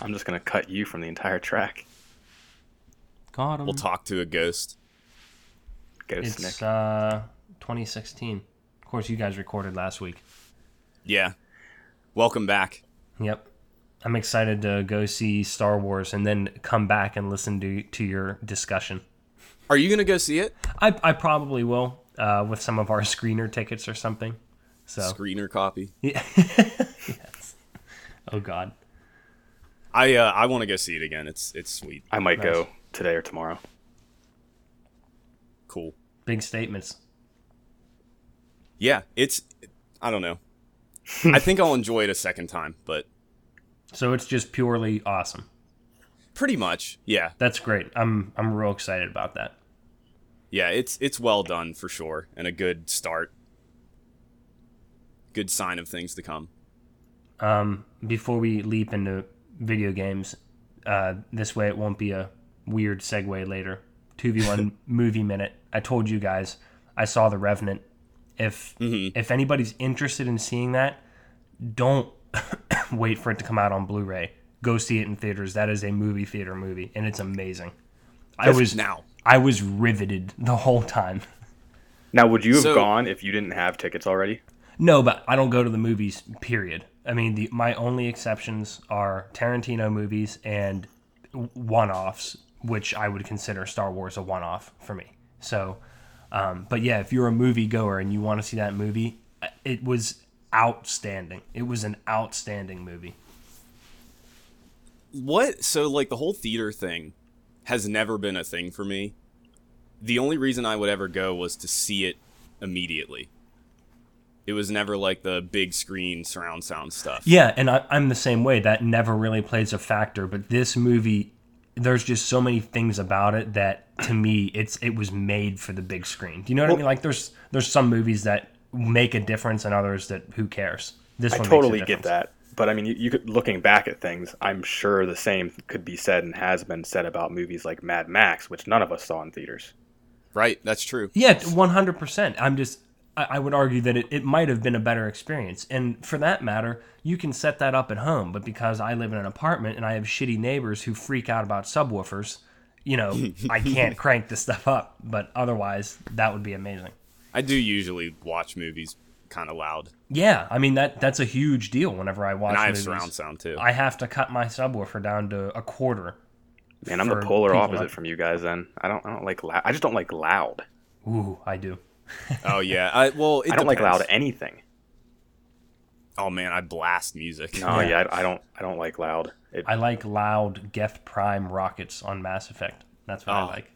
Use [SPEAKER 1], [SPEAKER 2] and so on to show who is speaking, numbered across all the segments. [SPEAKER 1] I'm just gonna cut you from the entire track.
[SPEAKER 2] Got him.
[SPEAKER 3] We'll talk to a ghost.
[SPEAKER 1] Ghost
[SPEAKER 2] it's
[SPEAKER 1] Nick.
[SPEAKER 2] uh, 2016. Of course, you guys recorded last week.
[SPEAKER 3] Yeah. Welcome back.
[SPEAKER 2] Yep. I'm excited to go see Star Wars and then come back and listen to to your discussion.
[SPEAKER 3] Are you gonna go see it?
[SPEAKER 2] I, I probably will uh, with some of our screener tickets or something. So
[SPEAKER 3] Screener copy.
[SPEAKER 2] yeah. yes. Oh God.
[SPEAKER 3] I uh, I want to go see it again. It's it's sweet.
[SPEAKER 1] I might go today or tomorrow.
[SPEAKER 3] Cool.
[SPEAKER 2] Big statements.
[SPEAKER 3] Yeah. It's. I don't know. I think I'll enjoy it a second time, but
[SPEAKER 2] So it's just purely awesome.
[SPEAKER 3] pretty much. Yeah.
[SPEAKER 2] That's great. I'm I'm real excited about that.
[SPEAKER 3] Yeah. It's it's well done for sure, and a good start. Good sign of things to come.
[SPEAKER 2] Um, before we leap into video games, uh, this way it won't be a weird segue later. Two v one movie minute. I told you guys I saw The Revenant. If if anybody's interested in seeing that, don't wait for it to come out on Blu-ray. Go see it in theaters. That is a movie theater movie, and it's amazing. I was
[SPEAKER 3] now.
[SPEAKER 2] I was riveted the whole time.
[SPEAKER 1] Now, would you have
[SPEAKER 3] So-
[SPEAKER 1] gone if you didn't have tickets already?
[SPEAKER 2] No, but I don't go to the movies. Period. I mean, the my only exceptions are Tarantino movies and one-offs, which I would consider Star Wars a one-off for me. So, um, but yeah, if you're a movie goer and you want to see that movie, it was outstanding. It was an outstanding movie.
[SPEAKER 3] what so like the whole theater thing has never been a thing for me the only reason i would ever go was to see it immediately it was never like the big screen surround sound stuff
[SPEAKER 2] Yeah, and I, I'm the same way. That never really plays a factor, but this movie, there's just so many things about it that to me, it's it was made for the big screen. Do you know what I mean? Like there's there's some movies that make a difference, and others that who cares. This
[SPEAKER 1] I
[SPEAKER 2] one makes a
[SPEAKER 1] totally get
[SPEAKER 2] difference.
[SPEAKER 1] that. But I mean, you, you could, looking back at things, I'm sure the same could be said and has been said about movies like Mad Max, which none of us saw in theaters.
[SPEAKER 3] right that's true
[SPEAKER 2] Yeah, one hundred percent. I'm just I, I would argue that it, it might have been a better experience. And for that matter, you can set that up at home, but because I live in an apartment and I have shitty neighbors who freak out about subwoofers, you know, I can't crank this stuff up. But otherwise that would be amazing.
[SPEAKER 3] i do usually watch movies kind of loud
[SPEAKER 2] Yeah, I mean that that's a huge deal whenever I watch
[SPEAKER 3] and i have
[SPEAKER 2] movies.
[SPEAKER 3] surround sound too
[SPEAKER 2] I have to cut my subwoofer down to a quarter.
[SPEAKER 1] Man, I'm
[SPEAKER 2] For
[SPEAKER 1] the polar
[SPEAKER 2] people
[SPEAKER 1] opposite
[SPEAKER 2] like-
[SPEAKER 1] from you guys. Then I don't, I don't like loud. I just don't like loud.
[SPEAKER 2] Ooh, I do.
[SPEAKER 3] oh yeah i well it
[SPEAKER 1] I don't like
[SPEAKER 3] depends.
[SPEAKER 1] loud anything.
[SPEAKER 3] oh man i blast music
[SPEAKER 1] No, yeah, I, I don't, I don't like loud. It,
[SPEAKER 2] I like loud Geth Prime rockets on Mass Effect. That's what I
[SPEAKER 3] Oh.
[SPEAKER 2] like.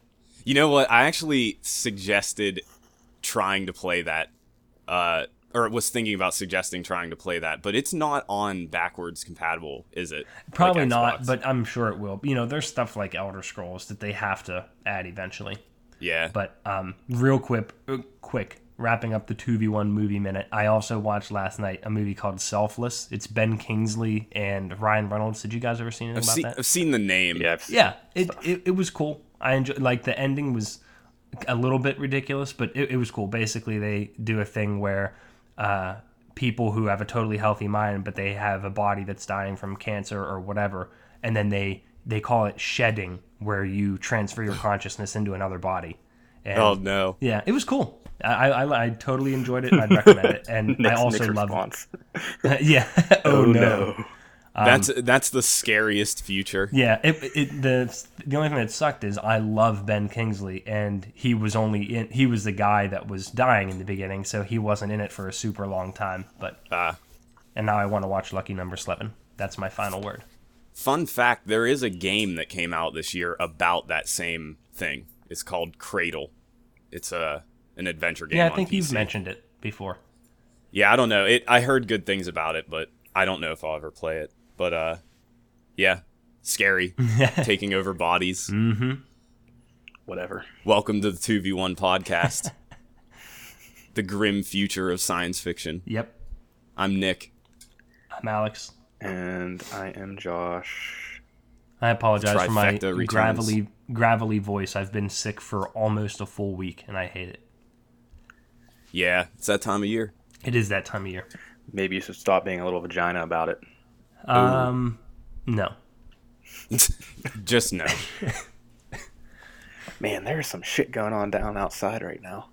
[SPEAKER 3] You know what? I actually suggested trying to play that, uh, or was thinking about suggesting trying to play that, but it's not on backwards compatible, is it? Like
[SPEAKER 2] Probably
[SPEAKER 3] Xbox?
[SPEAKER 2] not, but I'm sure it will. You know, there's stuff like Elder Scrolls that they have to add eventually.
[SPEAKER 3] yeah,
[SPEAKER 2] But um, real quick, uh, quick, wrapping up the two v one movie minute. I also watched last night a movie called Selfless. It's Ben Kingsley and Ryan Reynolds. Did you guys ever see anything
[SPEAKER 3] I've,
[SPEAKER 2] about
[SPEAKER 3] seen
[SPEAKER 2] that?
[SPEAKER 3] I've seen the name.
[SPEAKER 1] yeah, I've-
[SPEAKER 2] Yeah, it, it it was cool. I enjoyed like the ending was a little bit ridiculous, but it, it was cool. Basically, they do a thing where uh, people who have a totally healthy mind, but they have a body that's dying from cancer or whatever, and then they they call it shedding, where you transfer your consciousness into another body. And
[SPEAKER 3] Oh no.
[SPEAKER 2] yeah, it was cool. I, I, I totally enjoyed it. and I'd recommend it, and I
[SPEAKER 1] Nick's-
[SPEAKER 2] also
[SPEAKER 1] Nick's
[SPEAKER 2] love.
[SPEAKER 1] response.
[SPEAKER 2] yeah. oh no. um,
[SPEAKER 3] that's that's the scariest future.
[SPEAKER 2] Yeah, it, it the the only thing that sucked is I love Ben Kingsley and he was only in he was the guy that was dying in the beginning, so he wasn't in it for a super long time. But
[SPEAKER 3] Uh,
[SPEAKER 2] and now I want to watch Lucky Number Eleven. That's my final word.
[SPEAKER 3] fun fact: there is a game that came out this year about that same thing. It's called Cradle. It's a an adventure game.
[SPEAKER 2] Yeah, I
[SPEAKER 3] on
[SPEAKER 2] think you've
[SPEAKER 3] PC.
[SPEAKER 2] mentioned it before.
[SPEAKER 3] Yeah, I don't know. It I heard good things about it, but I don't know if I'll ever play it. But uh yeah, scary taking over bodies.
[SPEAKER 2] Mm-hmm.
[SPEAKER 1] Whatever.
[SPEAKER 3] Welcome to the 2v1 podcast. the grim future of science fiction.
[SPEAKER 2] Yep,
[SPEAKER 3] I'm Nick.
[SPEAKER 2] I'm Alex.
[SPEAKER 1] And I am Josh.
[SPEAKER 2] I apologize for my
[SPEAKER 3] Trifecta returns.
[SPEAKER 2] gravelly gravelly voice. I've been sick for almost a full week and I hate it.
[SPEAKER 3] Yeah, it's that time of year.
[SPEAKER 2] It is that time of year.
[SPEAKER 1] Maybe you should stop being a little vagina about it.
[SPEAKER 2] Um, no,
[SPEAKER 3] Just no.
[SPEAKER 1] Man, there's some shit going on down outside right now.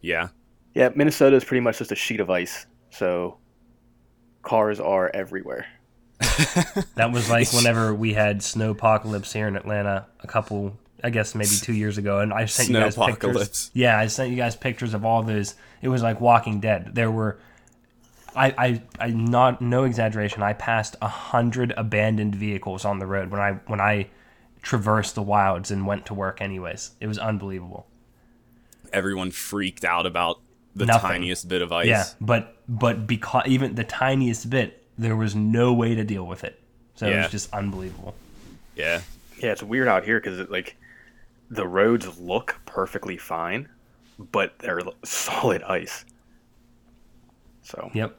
[SPEAKER 3] Yeah.
[SPEAKER 1] Yeah, Minnesota is pretty much just a sheet of ice, so cars are everywhere.
[SPEAKER 2] That was like whenever we had snowpocalypse here in Atlanta a couple, I guess maybe two years ago, and I sent you guys
[SPEAKER 3] Snowpocalypse.
[SPEAKER 2] pictures. Yeah, I sent you guys pictures of all those. It was like Walking Dead. There were, I, I, I not no exaggeration. I passed a hundred abandoned vehicles on the road when I when I traversed the wilds and went to work. Anyways, it was unbelievable.
[SPEAKER 3] Everyone freaked out about the
[SPEAKER 2] Nothing.
[SPEAKER 3] tiniest bit of ice.
[SPEAKER 2] Yeah, but but because even the tiniest bit, there was no way to deal with it. So it
[SPEAKER 3] Yeah.
[SPEAKER 2] was just unbelievable.
[SPEAKER 3] Yeah.
[SPEAKER 1] Yeah, it's weird out here because like the roads look perfectly fine, but they're l- solid ice. So yeah,
[SPEAKER 2] Yep.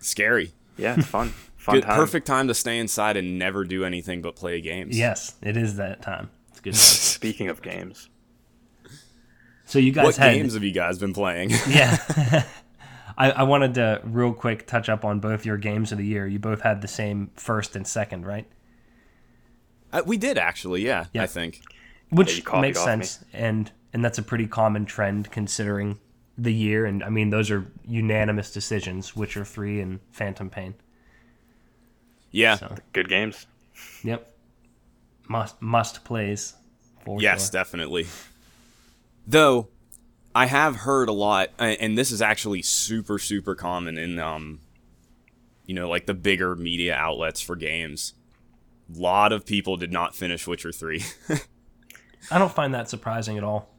[SPEAKER 3] Scary.
[SPEAKER 1] it's fun. Fun
[SPEAKER 3] Good,
[SPEAKER 1] time.
[SPEAKER 3] perfect time to stay inside and never do anything but play games.
[SPEAKER 2] Yes, it is that time. It's good. Time.
[SPEAKER 1] Speaking of games,
[SPEAKER 2] So you guys
[SPEAKER 3] What
[SPEAKER 2] had
[SPEAKER 3] games have you guys been playing?
[SPEAKER 2] yeah. I, I wanted to real quick touch up on both your games of the year. You both had the same first and second, right?
[SPEAKER 3] Uh, we did actually, yeah, I think.
[SPEAKER 1] you
[SPEAKER 2] Which
[SPEAKER 1] copied
[SPEAKER 2] makes
[SPEAKER 1] off me.
[SPEAKER 2] sense, and and that's a pretty common trend considering the year. And I mean, those are unanimous decisions. Witcher three and Phantom Pain.
[SPEAKER 3] Yeah.
[SPEAKER 2] So-
[SPEAKER 1] good games.
[SPEAKER 2] Yep. Must must plays. For
[SPEAKER 3] Yes,
[SPEAKER 2] sure.
[SPEAKER 3] definitely. Though I have heard a lot, a- and this is actually super, super common in, um, you know, like the bigger media outlets for games. A lot of people did not finish Witcher Three.
[SPEAKER 2] I don't find that surprising at all.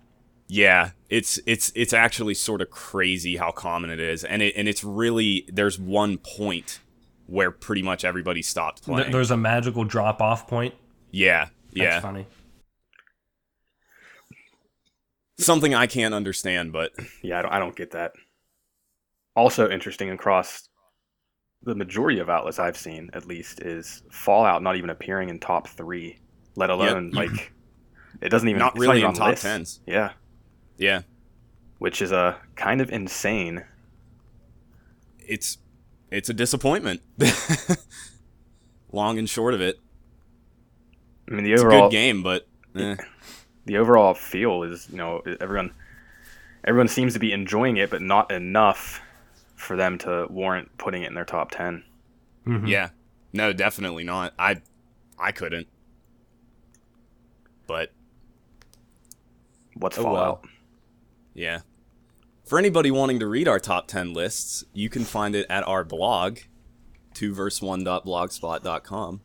[SPEAKER 3] yeah, it's it's it's actually sort of crazy how common it is, and it and it's really there's one point where pretty much everybody stopped
[SPEAKER 2] There-
[SPEAKER 3] playing.
[SPEAKER 2] There's a magical drop off point.
[SPEAKER 3] yeah,
[SPEAKER 2] That's
[SPEAKER 3] yeah,
[SPEAKER 2] funny.
[SPEAKER 3] something I can't understand, but
[SPEAKER 1] Yeah, I don't, I don't get that. Also interesting across the majority of outlets I've seen, at least, is Fallout not even appearing in top three, let alone like it doesn't even
[SPEAKER 3] Not
[SPEAKER 1] it's
[SPEAKER 3] really
[SPEAKER 1] even
[SPEAKER 3] in
[SPEAKER 1] on
[SPEAKER 3] top
[SPEAKER 1] lists.
[SPEAKER 3] 10s.
[SPEAKER 1] Yeah,
[SPEAKER 3] yeah,
[SPEAKER 1] which is uh, kind of insane.
[SPEAKER 3] it's it's a disappointment. Long and short of it,
[SPEAKER 1] I mean, the
[SPEAKER 3] it's a
[SPEAKER 1] overall
[SPEAKER 3] good game, but eh.
[SPEAKER 1] the overall feel is you know everyone everyone seems to be enjoying it, but not enough for them to warrant putting it in their top ten.
[SPEAKER 3] yeah, no, definitely not. I I couldn't, but
[SPEAKER 1] What's
[SPEAKER 3] Oh, well.
[SPEAKER 1] Fallout?
[SPEAKER 3] yeah. For anybody wanting to read our top ten lists, you can find it at our blog, twoverse1.blogspot.com.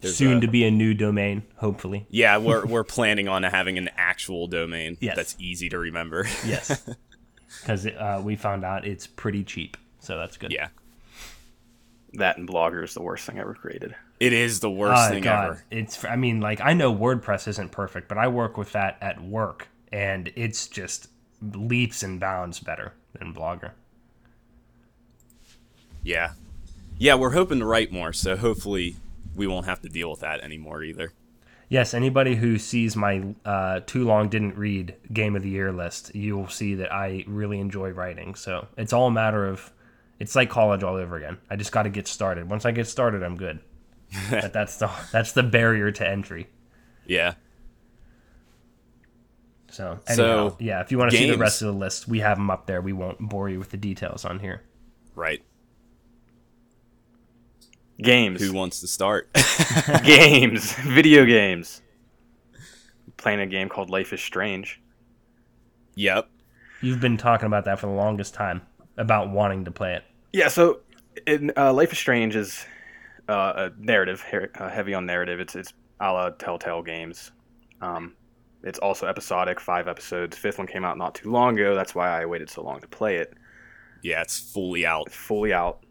[SPEAKER 3] There's
[SPEAKER 2] Soon
[SPEAKER 3] a-
[SPEAKER 2] to be a new domain, hopefully.
[SPEAKER 3] Yeah, we're we're planning on having an actual domain
[SPEAKER 2] Yes.
[SPEAKER 3] that's easy to remember.
[SPEAKER 2] Yes. Because uh, we found out it's pretty cheap. So that's good.
[SPEAKER 3] yeah,
[SPEAKER 1] That and Blogger is the worst thing ever created.
[SPEAKER 3] it is the worst
[SPEAKER 2] Uh,
[SPEAKER 3] thing
[SPEAKER 2] God,
[SPEAKER 3] ever.
[SPEAKER 2] It's, I mean, like, I know WordPress isn't perfect, but I work with that at work, and it's just leaps and bounds better than Blogger.
[SPEAKER 3] Yeah. Yeah, we're hoping to write more, so hopefully we won't have to deal with that anymore either.
[SPEAKER 2] Yes, anybody who sees my uh, too long didn't read game of the year list, you'll see that I really enjoy writing. So it's all a matter of, it's like college all over again. I just got to get started. Once I get started, I'm good. but that's the that's the barrier to entry.
[SPEAKER 3] Yeah.
[SPEAKER 2] So,
[SPEAKER 3] So,
[SPEAKER 2] anyhow, yeah, if you want to see the
[SPEAKER 3] games-
[SPEAKER 2] rest of the list, we have them up there. We won't bore you with the details on here.
[SPEAKER 3] Right.
[SPEAKER 1] Games.
[SPEAKER 3] Who wants to start?
[SPEAKER 1] games, video games. Playing a game called Life is Strange.
[SPEAKER 3] yep.
[SPEAKER 2] You've been talking about that for the longest time about wanting to play it.
[SPEAKER 1] Yeah, so in, uh, Life is Strange is uh, a narrative, he- uh, heavy on narrative. It's it's a la Telltale games. Um, it's also episodic, five episodes. Fifth one came out not too long ago. That's why I waited so long to play it.
[SPEAKER 3] Yeah, it's fully out.
[SPEAKER 1] It's fully out.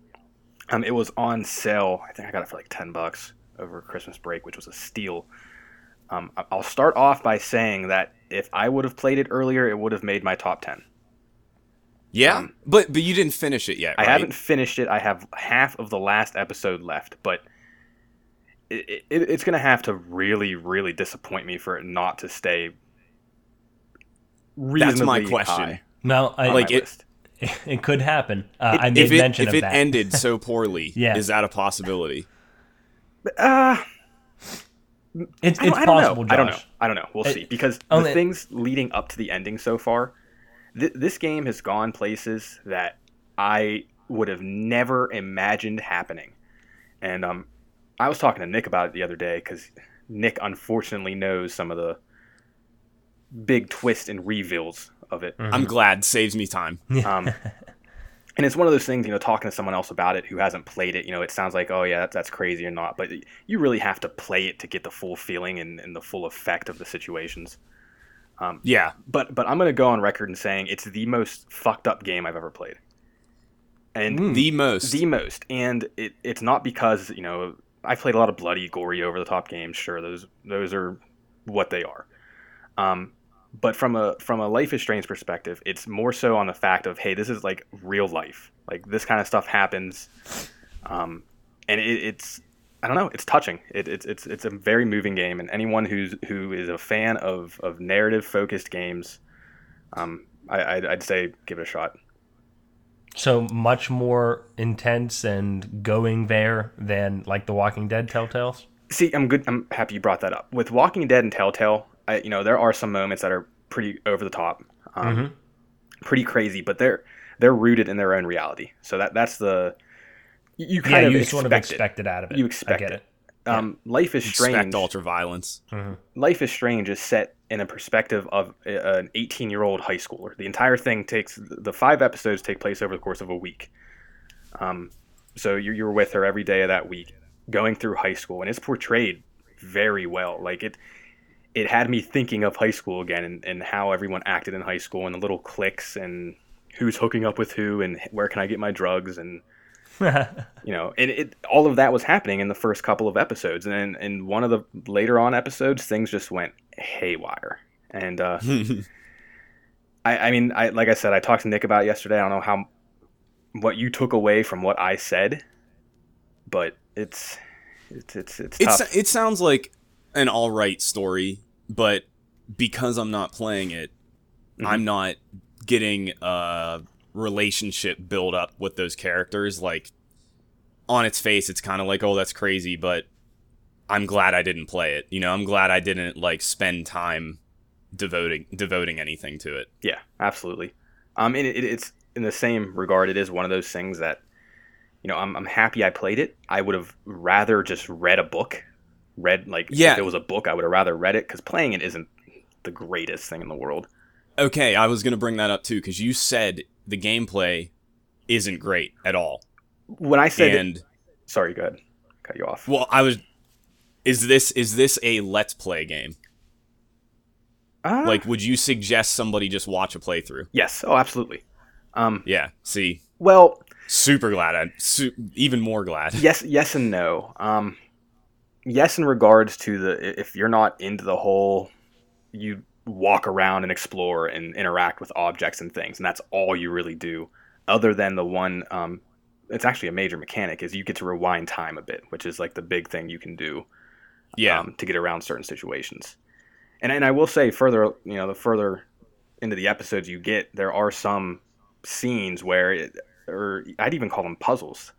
[SPEAKER 1] Um, it was on sale. I think I got it for like ten bucks over Christmas break, which was a steal. Um, I- I'll start off by saying that if I would have played it earlier, it would have made my top ten.
[SPEAKER 3] Yeah.
[SPEAKER 1] Um,
[SPEAKER 3] but but you didn't finish it yet,
[SPEAKER 1] I
[SPEAKER 3] right?
[SPEAKER 1] haven't finished it. I have half of the last episode left, but it, it, it's going to have to really, really disappoint me for it not to stay.
[SPEAKER 3] That's my
[SPEAKER 1] reasonably
[SPEAKER 3] question.
[SPEAKER 1] high
[SPEAKER 2] No, I,
[SPEAKER 1] on
[SPEAKER 3] Like-
[SPEAKER 1] my
[SPEAKER 3] it-
[SPEAKER 1] list.
[SPEAKER 2] it could happen. Uh, I made
[SPEAKER 3] If it,
[SPEAKER 2] mention
[SPEAKER 3] if
[SPEAKER 2] of
[SPEAKER 3] it
[SPEAKER 2] that.
[SPEAKER 3] ended so poorly,
[SPEAKER 2] Yeah.
[SPEAKER 3] is that a possibility?
[SPEAKER 1] Uh,
[SPEAKER 2] it's
[SPEAKER 1] I don't,
[SPEAKER 2] it's
[SPEAKER 1] I don't
[SPEAKER 2] possible.
[SPEAKER 1] know.
[SPEAKER 2] Josh.
[SPEAKER 1] I don't know. I don't know. We'll
[SPEAKER 2] It-
[SPEAKER 1] see because
[SPEAKER 2] oh,
[SPEAKER 1] the
[SPEAKER 2] it-
[SPEAKER 1] things leading up to the ending so far, th- this game has gone places that I would have never imagined happening. And um, I was talking to Nick about it the other day because Nick unfortunately knows some of the big twists and reveals of it.
[SPEAKER 2] Mhm.
[SPEAKER 3] I'm glad. Saves me time.
[SPEAKER 1] Um, and it's one of those things, you know, talking to someone else about it who hasn't played it, you know, it sounds like, oh, yeah, that's, that's crazy or not. But you really have to play it to get the full feeling and, and the full effect of the situations.
[SPEAKER 3] Yeah.
[SPEAKER 1] But but I'm going to go on record and saying it's the most fucked up game I've ever played. And
[SPEAKER 3] The most.
[SPEAKER 1] Hmm. the most. And it, it's not because, you know, I've played a lot of bloody, gory, over the top games. Sure, those those are what they are. Um, but from a from a life is strange perspective, it's more so on the fact of hey, this is like real life. Like this kind of stuff happens, um, and it, it's I don't know, it's touching. It, it's it's it's a very moving game, and anyone who's who is a fan of of narrative focused games, um, I, I'd, I'd say give it a shot.
[SPEAKER 2] So much more intense and going there than like the Walking Dead Telltales.
[SPEAKER 1] see i'm good i'm happy you brought that up with walking dead and telltale I, you know there are some moments that are pretty over the top um,
[SPEAKER 2] Mhm.
[SPEAKER 1] pretty crazy but they're they're rooted in their own reality so that that's the you you kind
[SPEAKER 2] yeah,
[SPEAKER 1] of
[SPEAKER 2] you
[SPEAKER 1] expect
[SPEAKER 2] sort of
[SPEAKER 1] it.
[SPEAKER 2] expect it out of it.
[SPEAKER 1] You expect
[SPEAKER 2] I get
[SPEAKER 1] it.
[SPEAKER 2] it. Mm-hmm.
[SPEAKER 1] um, life is strange
[SPEAKER 3] Expect ultra violence.
[SPEAKER 1] life is strange is set in a perspective of a, an 18 year old high schooler the entire thing takes the five episodes take place over the course of a week um, so you're, you're with her every day of that week going through high school and it's portrayed very well like it it had me thinking of high school again and, and how everyone acted in high school and the little cliques and who's hooking up with who and where can i get my drugs and you know, and it all of that was happening in the first couple of episodes, and then in one of the later on episodes, things just went haywire. And uh, I, I mean, I like I said, I talked to Nick about it yesterday. I don't know how what you took away from what I said, but it's it's it's it's tough.
[SPEAKER 3] It's, it sounds like an all right story, but because I'm not playing it,
[SPEAKER 1] Mhm.
[SPEAKER 3] I'm not getting a relationship build up with those characters. Like on its face, it's kind of like, oh, that's crazy, but I'm glad I didn't play it. You know, I'm glad I didn't like spend time devoting devoting anything to it.
[SPEAKER 1] Yeah, absolutely. Um, and it, it's in the same regard. It is one of those things that, you know, I'm, I'm happy I played it. I would have rather just read a book, read like
[SPEAKER 3] Yeah.
[SPEAKER 1] if it was a book, I would have rather read it because playing it isn't the greatest thing in the world.
[SPEAKER 3] Okay, I was gonna bring that up too because you said the gameplay isn't great at all,
[SPEAKER 1] When I said,
[SPEAKER 3] and
[SPEAKER 1] sorry, go ahead, cut you off.
[SPEAKER 3] Well, I was. Is this is this a let's play game?
[SPEAKER 1] Ah,
[SPEAKER 3] Like, would you suggest somebody just watch a playthrough?
[SPEAKER 1] yes, oh, absolutely. Um,
[SPEAKER 3] Yeah. See,
[SPEAKER 1] well,
[SPEAKER 3] super glad. I'm su- even more glad.
[SPEAKER 1] yes yes and no um yes in regards to the if you're not into the whole you walk around and explore and interact with objects and things and that's all you really do other than the one um it's actually a major mechanic is you get to rewind time a bit which is like the big thing you can do
[SPEAKER 3] Yeah.
[SPEAKER 1] um, to get around certain situations. And and I will say further, you know, the further into the episodes you get, there are some scenes where, it, or I'd even call them puzzles,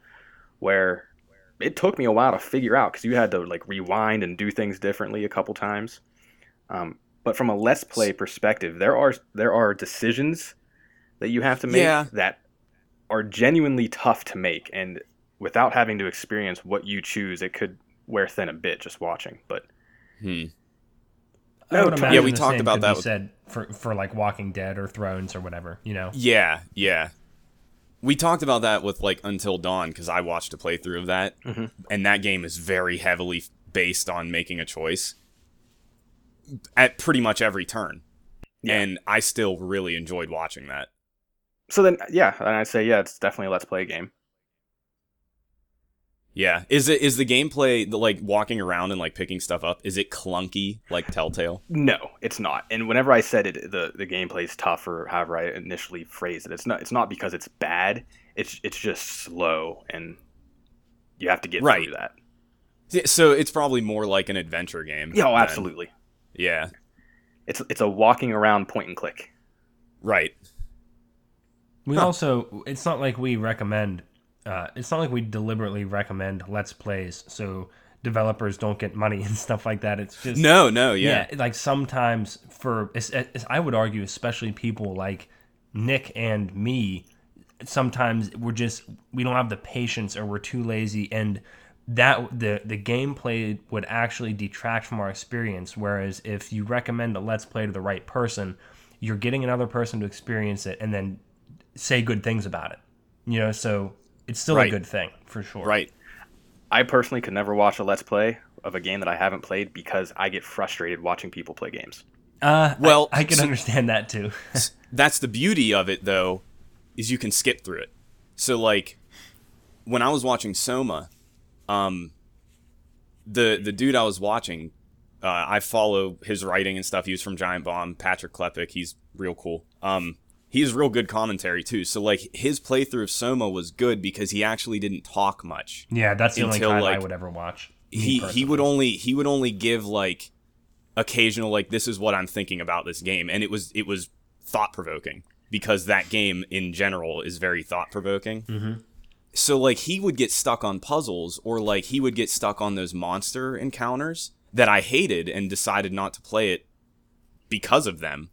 [SPEAKER 1] where it took me a while to figure out because you had to like rewind and do things differently a couple times. Um, but from a let's play perspective, there are there are decisions that you have to make
[SPEAKER 3] Yeah.
[SPEAKER 1] that are genuinely tough to make, and without having to experience what you choose, it could wear thin a bit just watching. But
[SPEAKER 3] Hmm.
[SPEAKER 2] I would
[SPEAKER 1] No,
[SPEAKER 2] imagine
[SPEAKER 1] yeah,
[SPEAKER 3] we
[SPEAKER 2] the
[SPEAKER 3] talked
[SPEAKER 2] same
[SPEAKER 3] about
[SPEAKER 2] could
[SPEAKER 3] that
[SPEAKER 2] Be
[SPEAKER 3] with-
[SPEAKER 2] said for for like Walking Dead or Thrones or whatever. You know.
[SPEAKER 3] Yeah. Yeah. We talked about that with like Until Dawn because I watched a playthrough of that,
[SPEAKER 1] Mhm.
[SPEAKER 3] and that game is very heavily f- based on making a choice at pretty much every turn.
[SPEAKER 1] Yeah.
[SPEAKER 3] And I still really enjoyed watching that.
[SPEAKER 1] so then, yeah, and I'd say yeah, it's definitely a let's play game.
[SPEAKER 3] Yeah. Is it is the gameplay the, like walking around and like picking stuff up? Is it clunky like Telltale?
[SPEAKER 1] No, it's not. And whenever I said it, the the gameplay's tough, or however I initially phrased it, it's not. It's not because it's bad. It's it's just slow, and you have to get
[SPEAKER 3] Right.
[SPEAKER 1] through that.
[SPEAKER 3] Yeah, So it's probably more like an adventure game.
[SPEAKER 1] Yeah, oh,
[SPEAKER 3] then.
[SPEAKER 1] absolutely.
[SPEAKER 3] Yeah.
[SPEAKER 1] It's it's a walking around point and click.
[SPEAKER 3] Right.
[SPEAKER 2] We also, it's not like we recommend, uh, it's not like we deliberately recommend Let's Plays so developers don't get money and stuff like that. It's just,
[SPEAKER 3] No, no, yeah.
[SPEAKER 2] yeah, like sometimes for, it's, it's, I would argue, especially people like Nick and me, sometimes we're just, we don't have the patience or we're too lazy and that the the gameplay would actually detract from our experience whereas if you recommend a let's play to the right person you're getting another person to experience it and then say good things about it. You know, so it's still a
[SPEAKER 3] Right.
[SPEAKER 2] good thing for sure.
[SPEAKER 3] Right.
[SPEAKER 1] I personally could never watch a Let's Play of a game that I haven't played because I get frustrated watching people play games.
[SPEAKER 2] Uh, well,
[SPEAKER 3] Well,
[SPEAKER 2] I, can
[SPEAKER 3] so-
[SPEAKER 2] understand that too.
[SPEAKER 3] that's the beauty of it though is you can skip through it so like when i was watching soma um the the dude i was watching uh, i follow his writing and stuff he was from giant bomb patrick klepek he's real cool um he has real good commentary too so like his playthrough of soma was good because he actually didn't talk much
[SPEAKER 2] yeah, that's the only
[SPEAKER 3] Until,
[SPEAKER 2] kind I
[SPEAKER 3] like,
[SPEAKER 2] would ever watch. Me
[SPEAKER 3] he he
[SPEAKER 2] personally.
[SPEAKER 3] would only he would only give like occasional like this is what I'm thinking about this game and it was it was thought provoking because that game in general is very thought provoking. So like he would get stuck on puzzles or like he would get stuck on those monster encounters that I hated and decided not to play it because of them.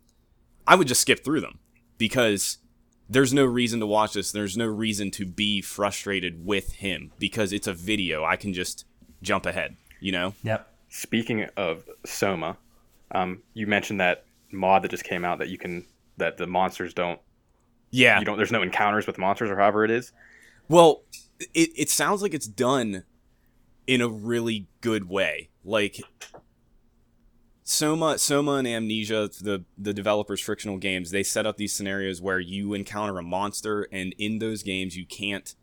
[SPEAKER 3] I would just skip through them because there's no reason to watch this. There's no reason to be frustrated with him because it's a video. I can just jump ahead, you know?
[SPEAKER 2] Yep.
[SPEAKER 1] Speaking of Soma, um, you mentioned that mod that just came out that you can that the monsters don't
[SPEAKER 3] Yeah.
[SPEAKER 1] you don't there's no encounters with monsters or however it is.
[SPEAKER 3] Well, it, it sounds like it's done in a really good way. Like Soma Soma and Amnesia, the the developers Frictional Games, they set up these scenarios where you encounter a monster and in those games you can't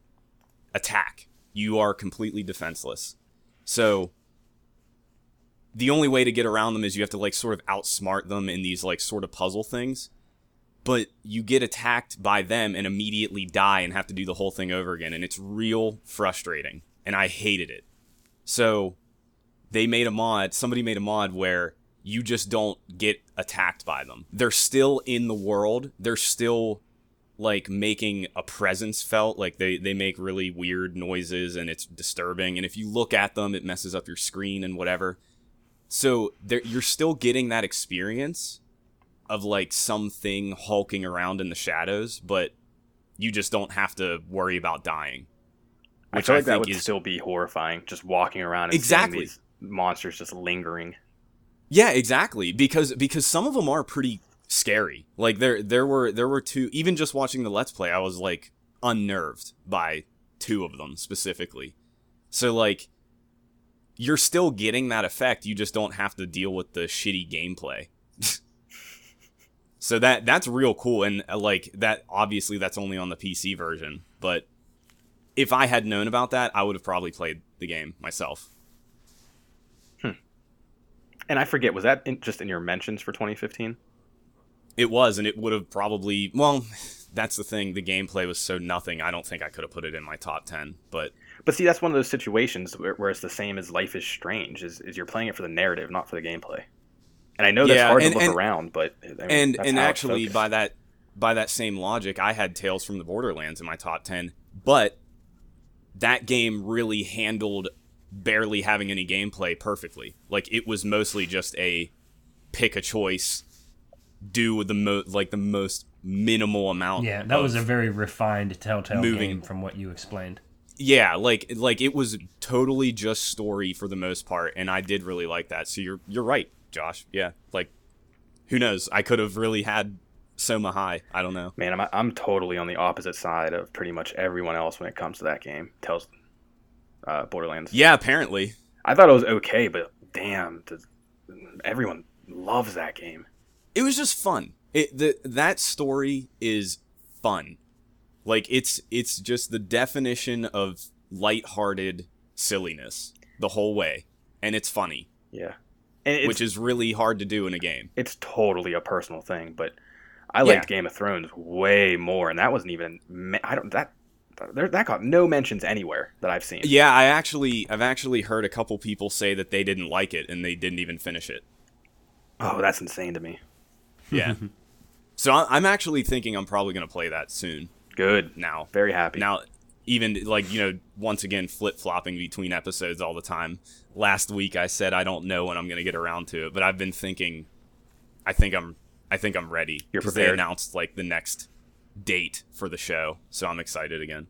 [SPEAKER 3] attack. You are completely defenseless. So the only way to get around them is you have to like sort of outsmart them in these like sort of puzzle things but you get attacked by them and immediately die and have to do the whole thing over again and it's real frustrating and i hated it so they made a mod somebody made a mod where you just don't get attacked by them they're still in the world they're still like making a presence felt like they they make really weird noises and it's disturbing and if you look at them it messes up your screen and whatever so there you're still getting that experience of like something hulking around in the shadows, but you just don't have to worry about dying.
[SPEAKER 1] I
[SPEAKER 3] Which
[SPEAKER 1] feel
[SPEAKER 3] I
[SPEAKER 1] like that
[SPEAKER 3] think
[SPEAKER 1] would
[SPEAKER 3] is-
[SPEAKER 1] still be horrifying, just walking around and
[SPEAKER 3] Exactly.
[SPEAKER 1] seeing these monsters just lingering.
[SPEAKER 3] Yeah, exactly. Because because some of them are pretty scary. Like there there were there were two even just watching the let's play, I was like unnerved by two of them specifically. So like you're still getting that effect, you just don't have to deal with the shitty gameplay. so that that's real cool and uh, like that obviously that's only on the PC version, but if I had known about that, I would have probably played the game myself.
[SPEAKER 1] And I forget, was that in, just in your mentions for 2015?
[SPEAKER 3] It was, and it would have probably. Well, that's the thing. The gameplay was so nothing. I don't think I could have put it in my top ten. But
[SPEAKER 1] But see, that's one of those situations where, where it's the same as Life is Strange, is, is you're playing it for the narrative, not for the gameplay. And I know that's
[SPEAKER 3] Yeah,
[SPEAKER 1] hard
[SPEAKER 3] and-
[SPEAKER 1] to look
[SPEAKER 3] and-
[SPEAKER 1] around, but I mean,
[SPEAKER 3] and
[SPEAKER 1] that's
[SPEAKER 3] and
[SPEAKER 1] how it's
[SPEAKER 3] actually
[SPEAKER 1] focused.
[SPEAKER 3] by that by that same logic, I had Tales from the Borderlands in my top ten. But that game really handled barely having any gameplay perfectly. Like it was mostly just a pick a choice, do the mo- like the most minimal amount.
[SPEAKER 2] Yeah, that
[SPEAKER 3] of-
[SPEAKER 2] was a very refined Telltale
[SPEAKER 3] Oh, Moving.
[SPEAKER 2] game from what you explained.
[SPEAKER 3] yeah like like it was totally just story for the most part and i did really like that so you're you're right josh yeah like who knows i could have really had soma high i don't know
[SPEAKER 1] Man, I'm, I'm totally on the opposite side of pretty much everyone else when it comes to that game. Tells uh, Borderlands.
[SPEAKER 3] yeah apparently
[SPEAKER 1] I thought it was okay, but damn, does, everyone loves that game.
[SPEAKER 3] it was just fun it the, that story is fun like it's it's just the definition of lighthearted silliness the whole way and it's funny
[SPEAKER 1] Yeah, and it's,
[SPEAKER 3] which is really hard to do in a game
[SPEAKER 1] it's totally a personal thing, but I
[SPEAKER 3] Yeah.
[SPEAKER 1] liked Game of Thrones way more, and that wasn't even me- I don't that there, that got no mentions anywhere that I've seen.
[SPEAKER 3] Yeah, I actually I've actually heard a couple people say that they didn't like it and they didn't even finish it.
[SPEAKER 1] Oh, that's insane to me.
[SPEAKER 3] Yeah. so I- I'm actually thinking I'm probably gonna play that soon.
[SPEAKER 1] Good.
[SPEAKER 3] now.
[SPEAKER 1] Very happy.
[SPEAKER 3] Now, even like, you know, once again, flip flopping between episodes all the time. Last week I said I don't know when I'm going to get around to it, but I've been thinking, I think I'm, I think I'm ready.
[SPEAKER 1] You're
[SPEAKER 3] 'Cause They
[SPEAKER 1] prepared.
[SPEAKER 3] announced like the next date for the show, so I'm excited again.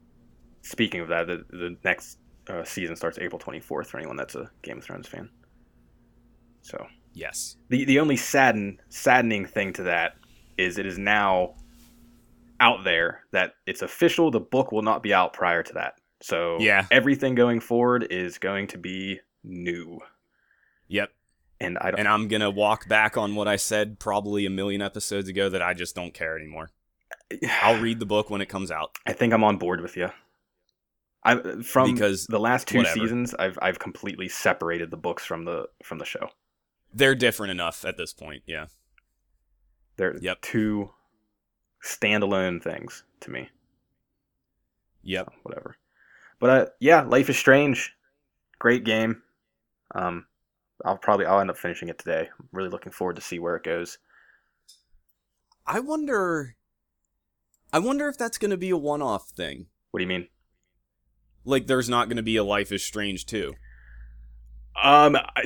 [SPEAKER 1] Speaking of that, the, the next uh, season starts April 24th for anyone that's a Game of Thrones fan. So
[SPEAKER 3] Yes.
[SPEAKER 1] the the only sadden saddening thing to that is it is now out there that it's official. The book will not be out prior to that. So
[SPEAKER 3] Yeah.
[SPEAKER 1] everything going forward is going to be new.
[SPEAKER 3] Yep.
[SPEAKER 1] And I don't.
[SPEAKER 3] And I'm going to walk back on what I said probably a million episodes ago that I just don't care anymore. I'll read the book when it comes out.
[SPEAKER 1] I think I'm on board with you. I from
[SPEAKER 3] Because
[SPEAKER 1] the last two
[SPEAKER 3] whatever.
[SPEAKER 1] seasons, I've I've completely separated the books from the from the show.
[SPEAKER 3] They're different enough at this point. Yeah.
[SPEAKER 1] They're
[SPEAKER 3] Yep.
[SPEAKER 1] two standalone things to me.
[SPEAKER 3] Yep.
[SPEAKER 1] Whatever. But uh, yeah, Life is Strange, great game. Um, I'll probably I'll end up finishing it today. I'm really looking forward to see where it goes.
[SPEAKER 3] I wonder I wonder if that's going to be a one-off thing.
[SPEAKER 1] What do you mean?
[SPEAKER 3] Like there's not going to be a Life is Strange 2.
[SPEAKER 1] Um, I,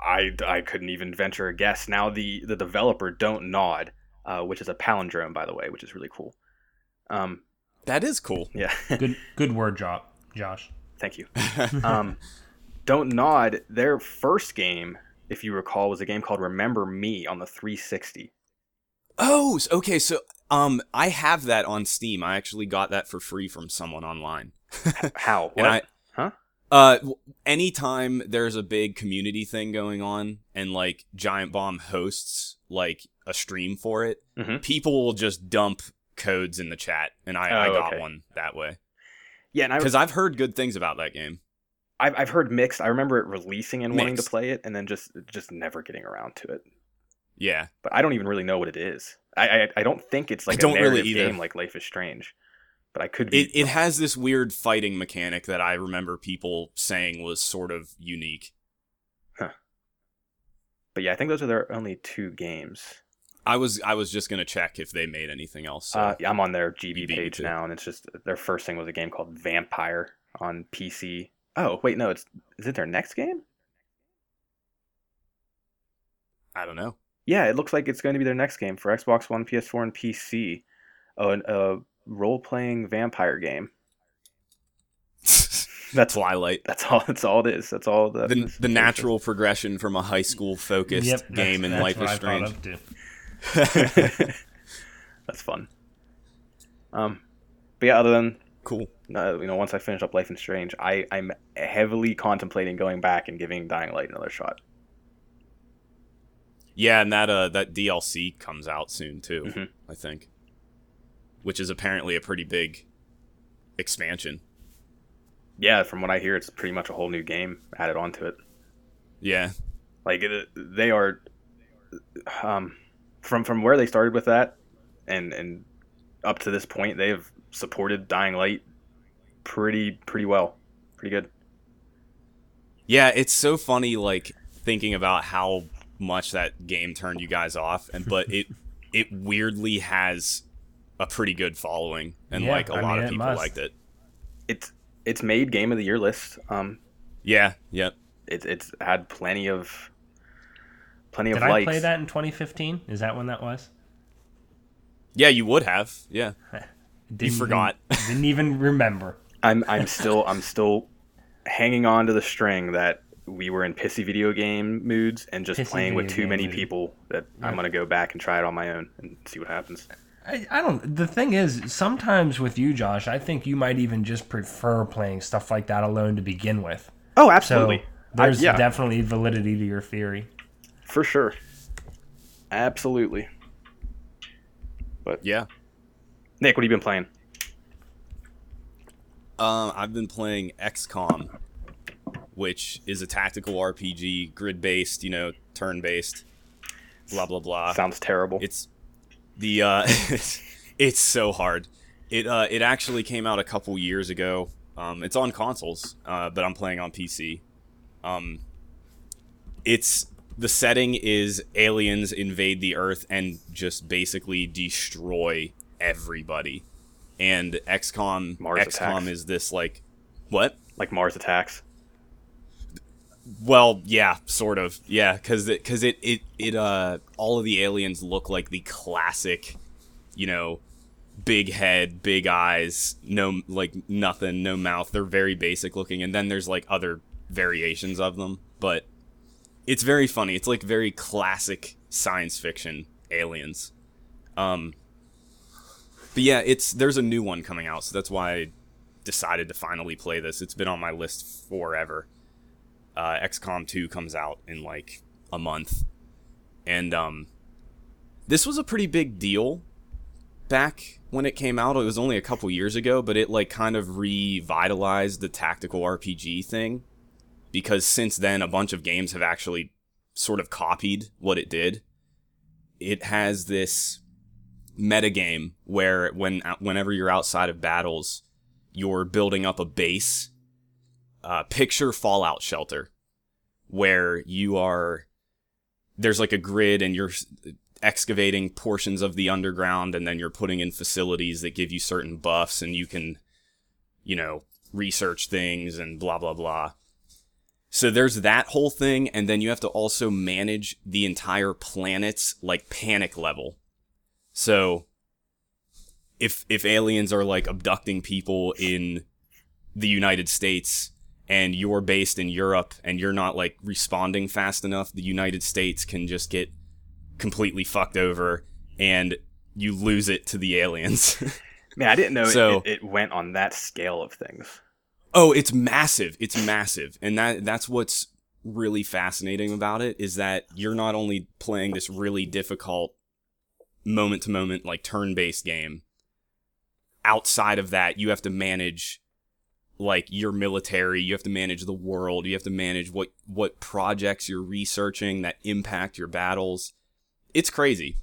[SPEAKER 1] I, I couldn't even venture a guess. Now the the developer Don't Nod, uh, which is a palindrome by the way, which is really cool. Um,
[SPEAKER 3] That is cool.
[SPEAKER 1] yeah,
[SPEAKER 2] Good good word drop, Josh.
[SPEAKER 1] thank you. Um, Don't Nod. Their first game, if you recall, was a game called Remember Me on the 360.
[SPEAKER 3] oh, s- okay, so um I have that on Steam. I actually got that for free from someone online.
[SPEAKER 1] How?
[SPEAKER 3] And I
[SPEAKER 1] Huh?
[SPEAKER 3] Uh, w- anytime there's a big community thing going on, and like Giant Bomb hosts like a stream for it,
[SPEAKER 1] Mhm.
[SPEAKER 3] people will just dump codes in the chat, and I, I
[SPEAKER 1] Oh,
[SPEAKER 3] got
[SPEAKER 1] okay.
[SPEAKER 3] one that way
[SPEAKER 1] yeah, and I,
[SPEAKER 3] because I've heard good things about that game.
[SPEAKER 1] I've I've heard mixed. I remember it releasing and wanting to
[SPEAKER 3] Mixed.
[SPEAKER 1] play it, and then just just never getting around to it.
[SPEAKER 3] Yeah,
[SPEAKER 1] But I don't even really know what it is. I I, I don't think it's
[SPEAKER 3] I
[SPEAKER 1] like a
[SPEAKER 3] don't really
[SPEAKER 1] narrative
[SPEAKER 3] either.
[SPEAKER 1] game like Life is Strange. But I could be.
[SPEAKER 3] it it has this weird fighting mechanic that I remember people saying was sort of unique.
[SPEAKER 1] but yeah, I think those are their only two games.
[SPEAKER 3] I was I was just gonna check if they made anything else. So.
[SPEAKER 1] uh, I'm on their
[SPEAKER 3] You
[SPEAKER 1] GB
[SPEAKER 3] beat me
[SPEAKER 1] page
[SPEAKER 3] to it.
[SPEAKER 1] now, and it's just their first thing was a game called Vampire on PC. Oh wait, no, it's is it their next game?
[SPEAKER 3] I don't know.
[SPEAKER 1] Yeah, it looks like it's going to be their next game for Xbox One, PS4, and PC. Oh, an- a role playing vampire game. That's
[SPEAKER 3] Twilight.
[SPEAKER 1] That's all. That's all it is. That's all the
[SPEAKER 3] The, the natural progression from a high school focused
[SPEAKER 2] Yep,
[SPEAKER 3] game in Life is Strange.
[SPEAKER 2] too.
[SPEAKER 1] that's fun. Um, but yeah, other than
[SPEAKER 3] Cool.
[SPEAKER 1] uh, you know, once I finish up Life is Strange, I I'm heavily contemplating going back and giving Dying Light another shot.
[SPEAKER 3] Yeah, and that uh that DLC comes out soon too,
[SPEAKER 1] Mhm.
[SPEAKER 2] Mm-hmm.
[SPEAKER 3] I think. Which is apparently a pretty big expansion.
[SPEAKER 1] Yeah, from what I hear, it's pretty much a whole new game added onto it.
[SPEAKER 3] Yeah.
[SPEAKER 1] Like it, they are, um, from from where they started with that, and and up to this point, they have supported Dying Light pretty pretty well, pretty good.
[SPEAKER 3] Yeah, it's so funny like thinking about how much that game turned you guys off and but it it weirdly has a pretty good following and
[SPEAKER 2] Yeah,
[SPEAKER 3] like a
[SPEAKER 2] I
[SPEAKER 3] lot
[SPEAKER 2] mean,
[SPEAKER 3] of
[SPEAKER 2] it
[SPEAKER 3] people
[SPEAKER 2] must.
[SPEAKER 3] liked it.
[SPEAKER 1] It's it's made Game of the Year list. Um,
[SPEAKER 3] Yeah, yep.
[SPEAKER 1] it's it's had plenty of plenty
[SPEAKER 2] Did
[SPEAKER 1] of
[SPEAKER 2] I
[SPEAKER 1] likes.
[SPEAKER 2] play that in 2015? Is that when that was?
[SPEAKER 3] Yeah, you would have. Yeah.
[SPEAKER 2] Didn't
[SPEAKER 3] forgot.
[SPEAKER 2] Even, didn't even remember.
[SPEAKER 1] I'm I'm still I'm still hanging on to the string that we were in pissy video game moods and just
[SPEAKER 2] Pissy
[SPEAKER 1] playing with
[SPEAKER 2] video eh?
[SPEAKER 1] too
[SPEAKER 2] game
[SPEAKER 1] many
[SPEAKER 2] mood.
[SPEAKER 1] people that I'm gonna go back and try it on my own and see what happens.
[SPEAKER 2] I, I don't. The thing is, sometimes with you, Josh, I think you might even just prefer playing stuff like that alone to begin with.
[SPEAKER 1] Oh,
[SPEAKER 2] So
[SPEAKER 1] absolutely. I-
[SPEAKER 2] there's
[SPEAKER 1] yeah,
[SPEAKER 2] definitely validity to your theory.
[SPEAKER 1] for sure. Absolutely.
[SPEAKER 3] Yeah.
[SPEAKER 1] Nick, what have you been playing?
[SPEAKER 3] Um, I've been playing XCOM, which is a tactical RPG, grid based, you know, turn based, blah blah blah.
[SPEAKER 1] Sounds terrible.
[SPEAKER 3] Uh, It's the uh, it's so hard. It uh, it actually came out a couple years ago. Um, it's on consoles, uh, but I'm playing on PC. Um, it's the setting is aliens invade the Earth and just basically destroy everybody and XCOM
[SPEAKER 1] Mars
[SPEAKER 3] XCOM
[SPEAKER 1] Attacks.
[SPEAKER 3] is this like what?
[SPEAKER 1] like Mars Attacks.
[SPEAKER 3] Well, yeah, sort of. Yeah, because it, cause it, it, it, uh, all of the aliens look like the classic, you know, big head, big eyes, no, like nothing, no mouth. They're very basic looking. And then there's like other variations of them, but it's very funny. It's like very classic science fiction aliens. Um, but yeah, it's, there's a new one coming out. So that's why I decided to finally play this. It's been on my list forever uh, XCOM 2 comes out in like a month. And um, this was a pretty big deal back when it came out. It was only a couple years ago, but it like kind of revitalized the tactical RPG thing because since then a bunch of games have actually sort of copied what it did. It has this metagame where when whenever you're outside of battles, you're building up a base uh, picture Fallout Shelter, where you are there's like a grid and you're s- excavating portions of the underground and then you're putting in facilities that give you certain buffs and you can you know research things and blah blah blah so there's that whole thing and then you have to also manage the entire planet's like panic level so if if aliens are like abducting people in the United States and you're based in Europe and you're not like responding fast enough, the United States can just get completely fucked over and you lose it to the aliens.
[SPEAKER 1] Man, I didn't know it-
[SPEAKER 3] So-
[SPEAKER 1] it, it went on that scale of things.
[SPEAKER 3] Oh, it's massive. It's massive. And that that's what's really fascinating about it is that you're not only playing this really difficult moment to moment like turn-based game. Outside of that, you have to manage like your military, you have to manage the world, you have to manage what what projects you're researching that impact your battles. It's crazy.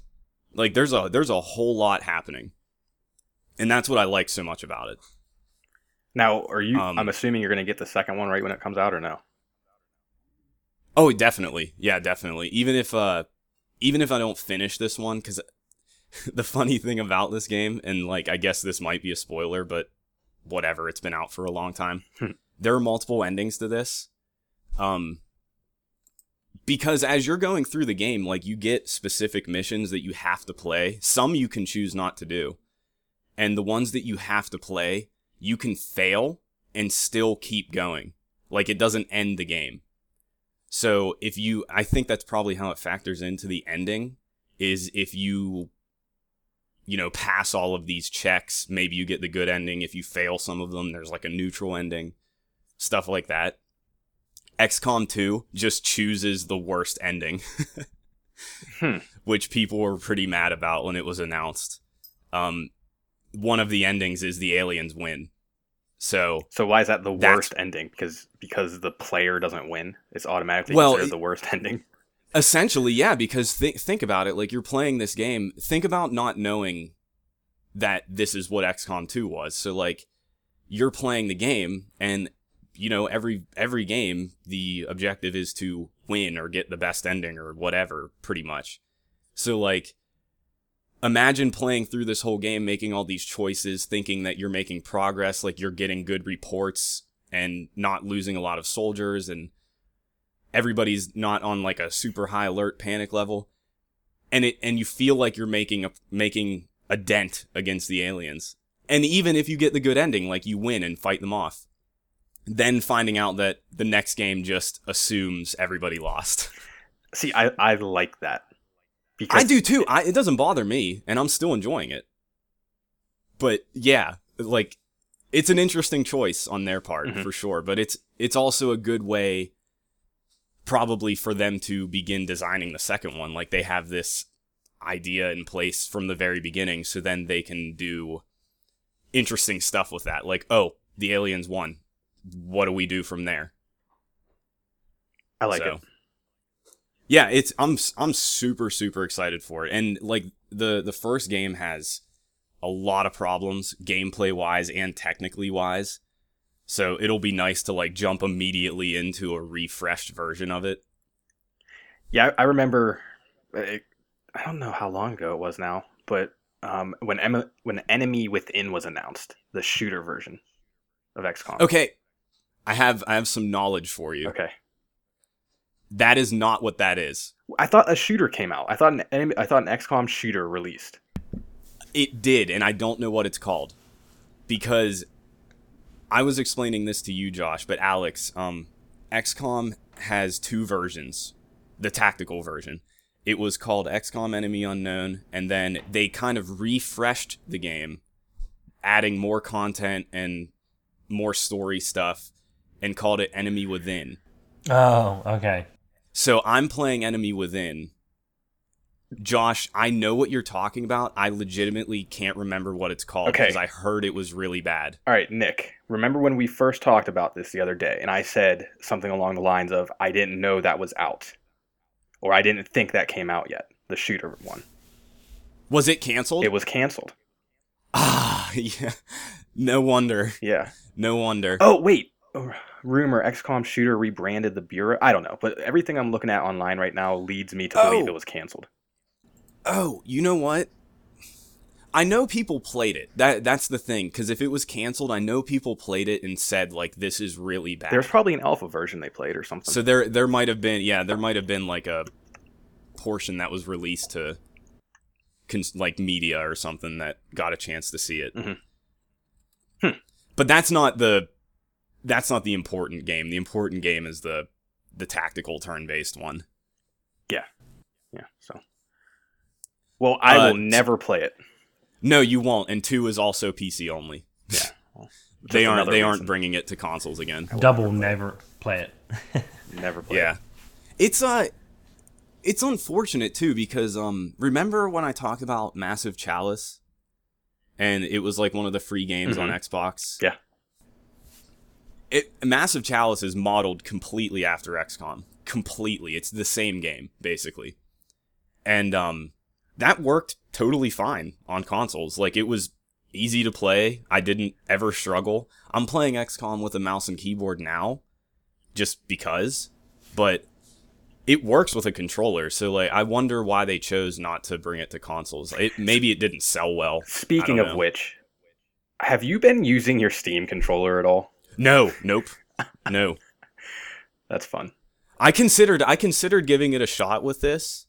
[SPEAKER 3] Like there's a there's a whole lot happening. And that's what I like so much about it.
[SPEAKER 1] Now, are you?
[SPEAKER 3] Um,
[SPEAKER 1] I'm assuming you're going to get the second one right when it comes out, or no?
[SPEAKER 3] Oh, definitely. Yeah, definitely. Even if uh even if I don't finish this one cuz the funny thing about this game and like I guess this might be a spoiler, but whatever, it's been out for a long time.
[SPEAKER 1] Hmm.
[SPEAKER 3] there are multiple endings to this. Um because as you're going through the game, like you get specific missions that you have to play. Some you can choose not to do. And the ones that you have to play, you can fail and still keep going. Like it doesn't end the game. So if you, I think that's probably how it factors into the ending is if you, you know, pass all of these checks, maybe you get the good ending. If you fail some of them, there's like a neutral ending, stuff like that. XCOM 2 just chooses the worst ending,
[SPEAKER 1] Hmm.
[SPEAKER 3] which people were pretty mad about when it was announced. Um, one of the endings is the aliens win. So
[SPEAKER 1] So why is that the
[SPEAKER 3] That's-
[SPEAKER 1] worst ending? Because because the player doesn't win, it's automatically
[SPEAKER 3] Well,
[SPEAKER 1] considered
[SPEAKER 3] it-
[SPEAKER 1] the worst ending.
[SPEAKER 3] Essentially, yeah, because think think about it. Like you're playing this game. Think about not knowing that this is what XCOM 2 was. So like you're playing the game and you know every every game the objective is to win or get the best ending or whatever pretty much. So like imagine playing through this whole game making all these choices thinking that you're making progress like you're getting good reports and not losing a lot of soldiers and everybody's not on like a super high alert panic level and it and you feel like you're making a making a dent against the aliens and even if you get the good ending like you win and fight them off then finding out that the next game just assumes everybody lost
[SPEAKER 1] See, I I like that. Because
[SPEAKER 3] i do too I, it doesn't bother me and i'm still enjoying it but yeah like it's an interesting choice on their part
[SPEAKER 1] Mhm.
[SPEAKER 3] for sure but it's it's also a good way probably for them to begin designing the second one like they have this idea in place from the very beginning so then they can do interesting stuff with that like oh the aliens won what do we do from there
[SPEAKER 1] I like
[SPEAKER 3] so.
[SPEAKER 1] it.
[SPEAKER 3] Yeah, it's I'm s- I'm super super excited for it, and like the the first game has a lot of problems gameplay wise and technically wise, so it'll be nice to like jump immediately into a refreshed version of it.
[SPEAKER 1] uh, Yeah, I, I remember. It, I don't know how long ago it was now, but um, when Em- when Enemy Within was announced, the shooter version of XCOM.
[SPEAKER 3] Okay, I have I have some knowledge for you.
[SPEAKER 1] Okay.
[SPEAKER 3] That is not what that is.
[SPEAKER 1] I thought a shooter came out. I thought an enemy, I thought an XCOM shooter released.
[SPEAKER 3] It did, and I don't know what it's called because I was explaining this to you, Josh, but Alex, um, XCOM has two versions. The tactical version. It was called XCOM Enemy Unknown, and then they kind of refreshed the game, adding more content and more story stuff, and called it Enemy Within.
[SPEAKER 2] Oh, okay.
[SPEAKER 3] So I'm playing Enemy Within. Josh, I know what you're talking about. I legitimately can't remember what it's called
[SPEAKER 1] Okay.
[SPEAKER 3] because I heard it was really bad.
[SPEAKER 1] All right, Nick. Remember when we first talked about this the other day, and I said something along the lines of, "I didn't know that was out," or "I didn't think that came out yet." The shooter one.
[SPEAKER 3] Was it canceled?
[SPEAKER 1] It was canceled.
[SPEAKER 3] ah, yeah. No wonder.
[SPEAKER 1] Yeah.
[SPEAKER 3] No wonder.
[SPEAKER 1] Oh wait. Oh, Rumor XCOM shooter rebranded the bureau. I don't know, but everything I'm looking at online right now leads me to believe
[SPEAKER 3] Oh.
[SPEAKER 1] it was canceled.
[SPEAKER 3] Oh, you know what? I know people played it. That that's the thing cuz if it was canceled, I know people played it and said like this is really bad.
[SPEAKER 1] There's probably an alpha version they played or something.
[SPEAKER 3] so there there might have been yeah, there might have been like a portion that was released to cons- like media or something that got a chance to see it.
[SPEAKER 1] Mhm. Hmm.
[SPEAKER 3] But that's not the that's not the important game. The important game is the the tactical turn-based one.
[SPEAKER 1] yeah. So. Well, I
[SPEAKER 3] Uh,
[SPEAKER 1] will never play it.
[SPEAKER 3] No, you won't. And 2 is also PC only.
[SPEAKER 1] Yeah. Well,
[SPEAKER 3] they
[SPEAKER 1] just
[SPEAKER 3] aren't
[SPEAKER 1] another
[SPEAKER 3] they
[SPEAKER 1] reason.
[SPEAKER 3] aren't bringing it to consoles again.
[SPEAKER 2] Double never play it.
[SPEAKER 1] Never play.
[SPEAKER 3] Yeah. It's uh it's unfortunate too because um remember when I talked about Massive Chalice and it was like one of the free games on
[SPEAKER 1] Mhm.
[SPEAKER 3] Xbox?
[SPEAKER 1] Yeah.
[SPEAKER 3] It Massive Chalice is modeled completely after XCOM. Completely. It's the same game basically. And um that worked totally fine on consoles. Like it was easy to play. I didn't ever struggle. I'm playing XCOM with a mouse and keyboard now just because, but it works with a controller. So like I wonder why they chose not to bring it to consoles. It maybe it didn't sell well.
[SPEAKER 1] Speaking
[SPEAKER 3] I
[SPEAKER 1] of
[SPEAKER 3] don't know.
[SPEAKER 1] which, have you been using your Steam controller at all?
[SPEAKER 3] No, nope. No.
[SPEAKER 1] That's fun.
[SPEAKER 3] I considered I considered giving it a shot with this.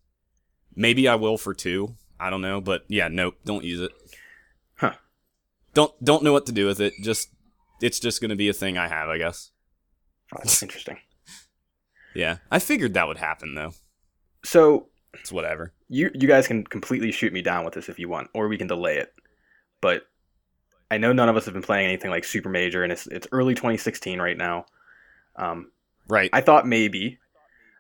[SPEAKER 3] Maybe I will for 2. I don't know, but yeah, nope, don't use it.
[SPEAKER 1] Huh.
[SPEAKER 3] Don't don't know what to do with it. Just it's just going to be a thing I have, I guess.
[SPEAKER 1] Oh, that's interesting.
[SPEAKER 3] Yeah. I figured that would happen though.
[SPEAKER 1] So
[SPEAKER 3] It's whatever.
[SPEAKER 1] you you guys can completely shoot me down with this if you want, or we can delay it. But I know none of us have been playing anything like Super Major, and it's it's early 2016 right now. Um,
[SPEAKER 3] Right.
[SPEAKER 1] I thought maybe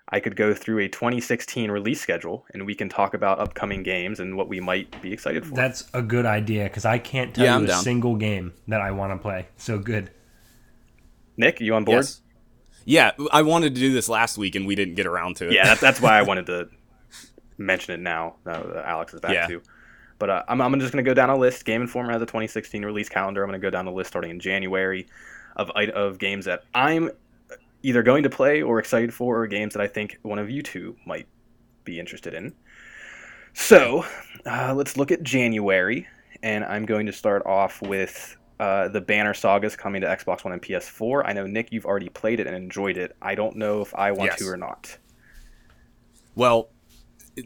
[SPEAKER 1] I could go through a 2016 release schedule, and we can talk about upcoming games and what we might be excited for.
[SPEAKER 2] That's a good idea because I can't tell
[SPEAKER 3] Yeah, I'm
[SPEAKER 2] you a
[SPEAKER 3] down.
[SPEAKER 2] single game that I want to play. So good.
[SPEAKER 1] Nick, you on board?
[SPEAKER 3] Yes. Yeah, I wanted to do this last week and we didn't get around to it.
[SPEAKER 1] yeah, that, that's why I wanted to mention it now. Now that Alex is back
[SPEAKER 3] Yeah.
[SPEAKER 1] too. But uh, I'm, I'm just going to go down a list. Game Informer has a 2016 release calendar. I'm going to go down the list starting in January of i- of games that I'm either going to play or excited for, or games that I think one of you two might be interested in. So uh, let's look at January, and I'm going to start off with. Uh, the Banner Sagas coming to Xbox One and PS4. I know Nick, you've already played it and enjoyed it. I don't know if I want
[SPEAKER 3] Yes.
[SPEAKER 1] to or not.
[SPEAKER 3] Well,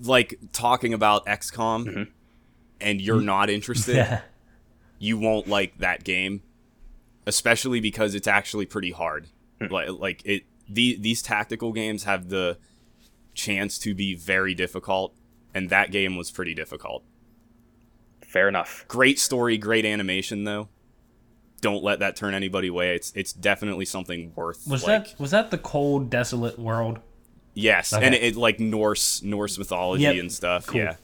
[SPEAKER 3] like talking about XCOM
[SPEAKER 1] Mhm.
[SPEAKER 3] and you're not interested,
[SPEAKER 2] Yeah.
[SPEAKER 3] you won't like that game, especially because it's actually pretty hard. Like like it the, these tactical games have the chance to be very difficult and that game was pretty difficult.
[SPEAKER 1] Fair enough.
[SPEAKER 3] Great story, great animation though. Don't let that turn anybody away. It's it's definitely something worth
[SPEAKER 2] Was
[SPEAKER 3] like
[SPEAKER 2] that was that the cold, desolate world?
[SPEAKER 3] yes,
[SPEAKER 2] Okay.
[SPEAKER 3] and it, it like Norse Norse mythology
[SPEAKER 2] Yep.
[SPEAKER 3] and stuff.
[SPEAKER 2] Cool.
[SPEAKER 3] Yeah.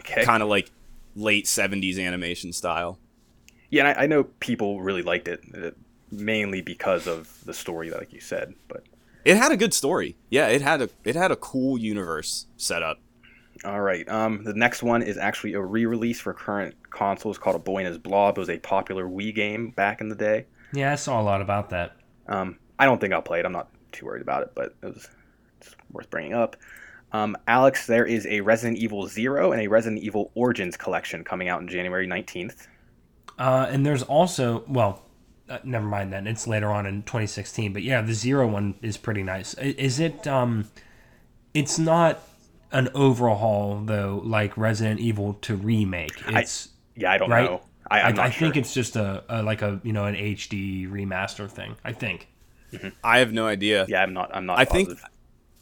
[SPEAKER 1] Okay.
[SPEAKER 3] kind of like late 70s animation style.
[SPEAKER 1] yeah, and I, I know people really liked it, uh, mainly because of the story, like you said. But
[SPEAKER 3] It had a good story. Yeah, it had a it had a cool universe set up.
[SPEAKER 1] all right, um, the next one is actually a re-release for current consoles called A Boy and His Blob. It was a popular Wii game back in the day.
[SPEAKER 2] Yeah, I saw a lot about that.
[SPEAKER 1] Um, I don't think I'll play it. I'm not too worried about it, but it was it's worth bringing up. Um, Alex, there is a Resident Evil Zero and a Resident Evil Origins collection coming out on January 19th.
[SPEAKER 2] Uh, and there's also well, uh, never mind that. It's later on in 2016, but yeah, the zero one is pretty nice. I- Is it? Um, it's not an overhaul though, like Resident Evil to remake. It's
[SPEAKER 1] Yeah, I don't
[SPEAKER 2] Right.
[SPEAKER 1] know. I,
[SPEAKER 2] I,
[SPEAKER 1] I'm not
[SPEAKER 2] I
[SPEAKER 1] sure.
[SPEAKER 2] think it's just a, a like a you know an HD remaster thing. I think.
[SPEAKER 3] I have no idea.
[SPEAKER 1] yeah, I'm not. I'm not.
[SPEAKER 3] I think-
[SPEAKER 1] positive.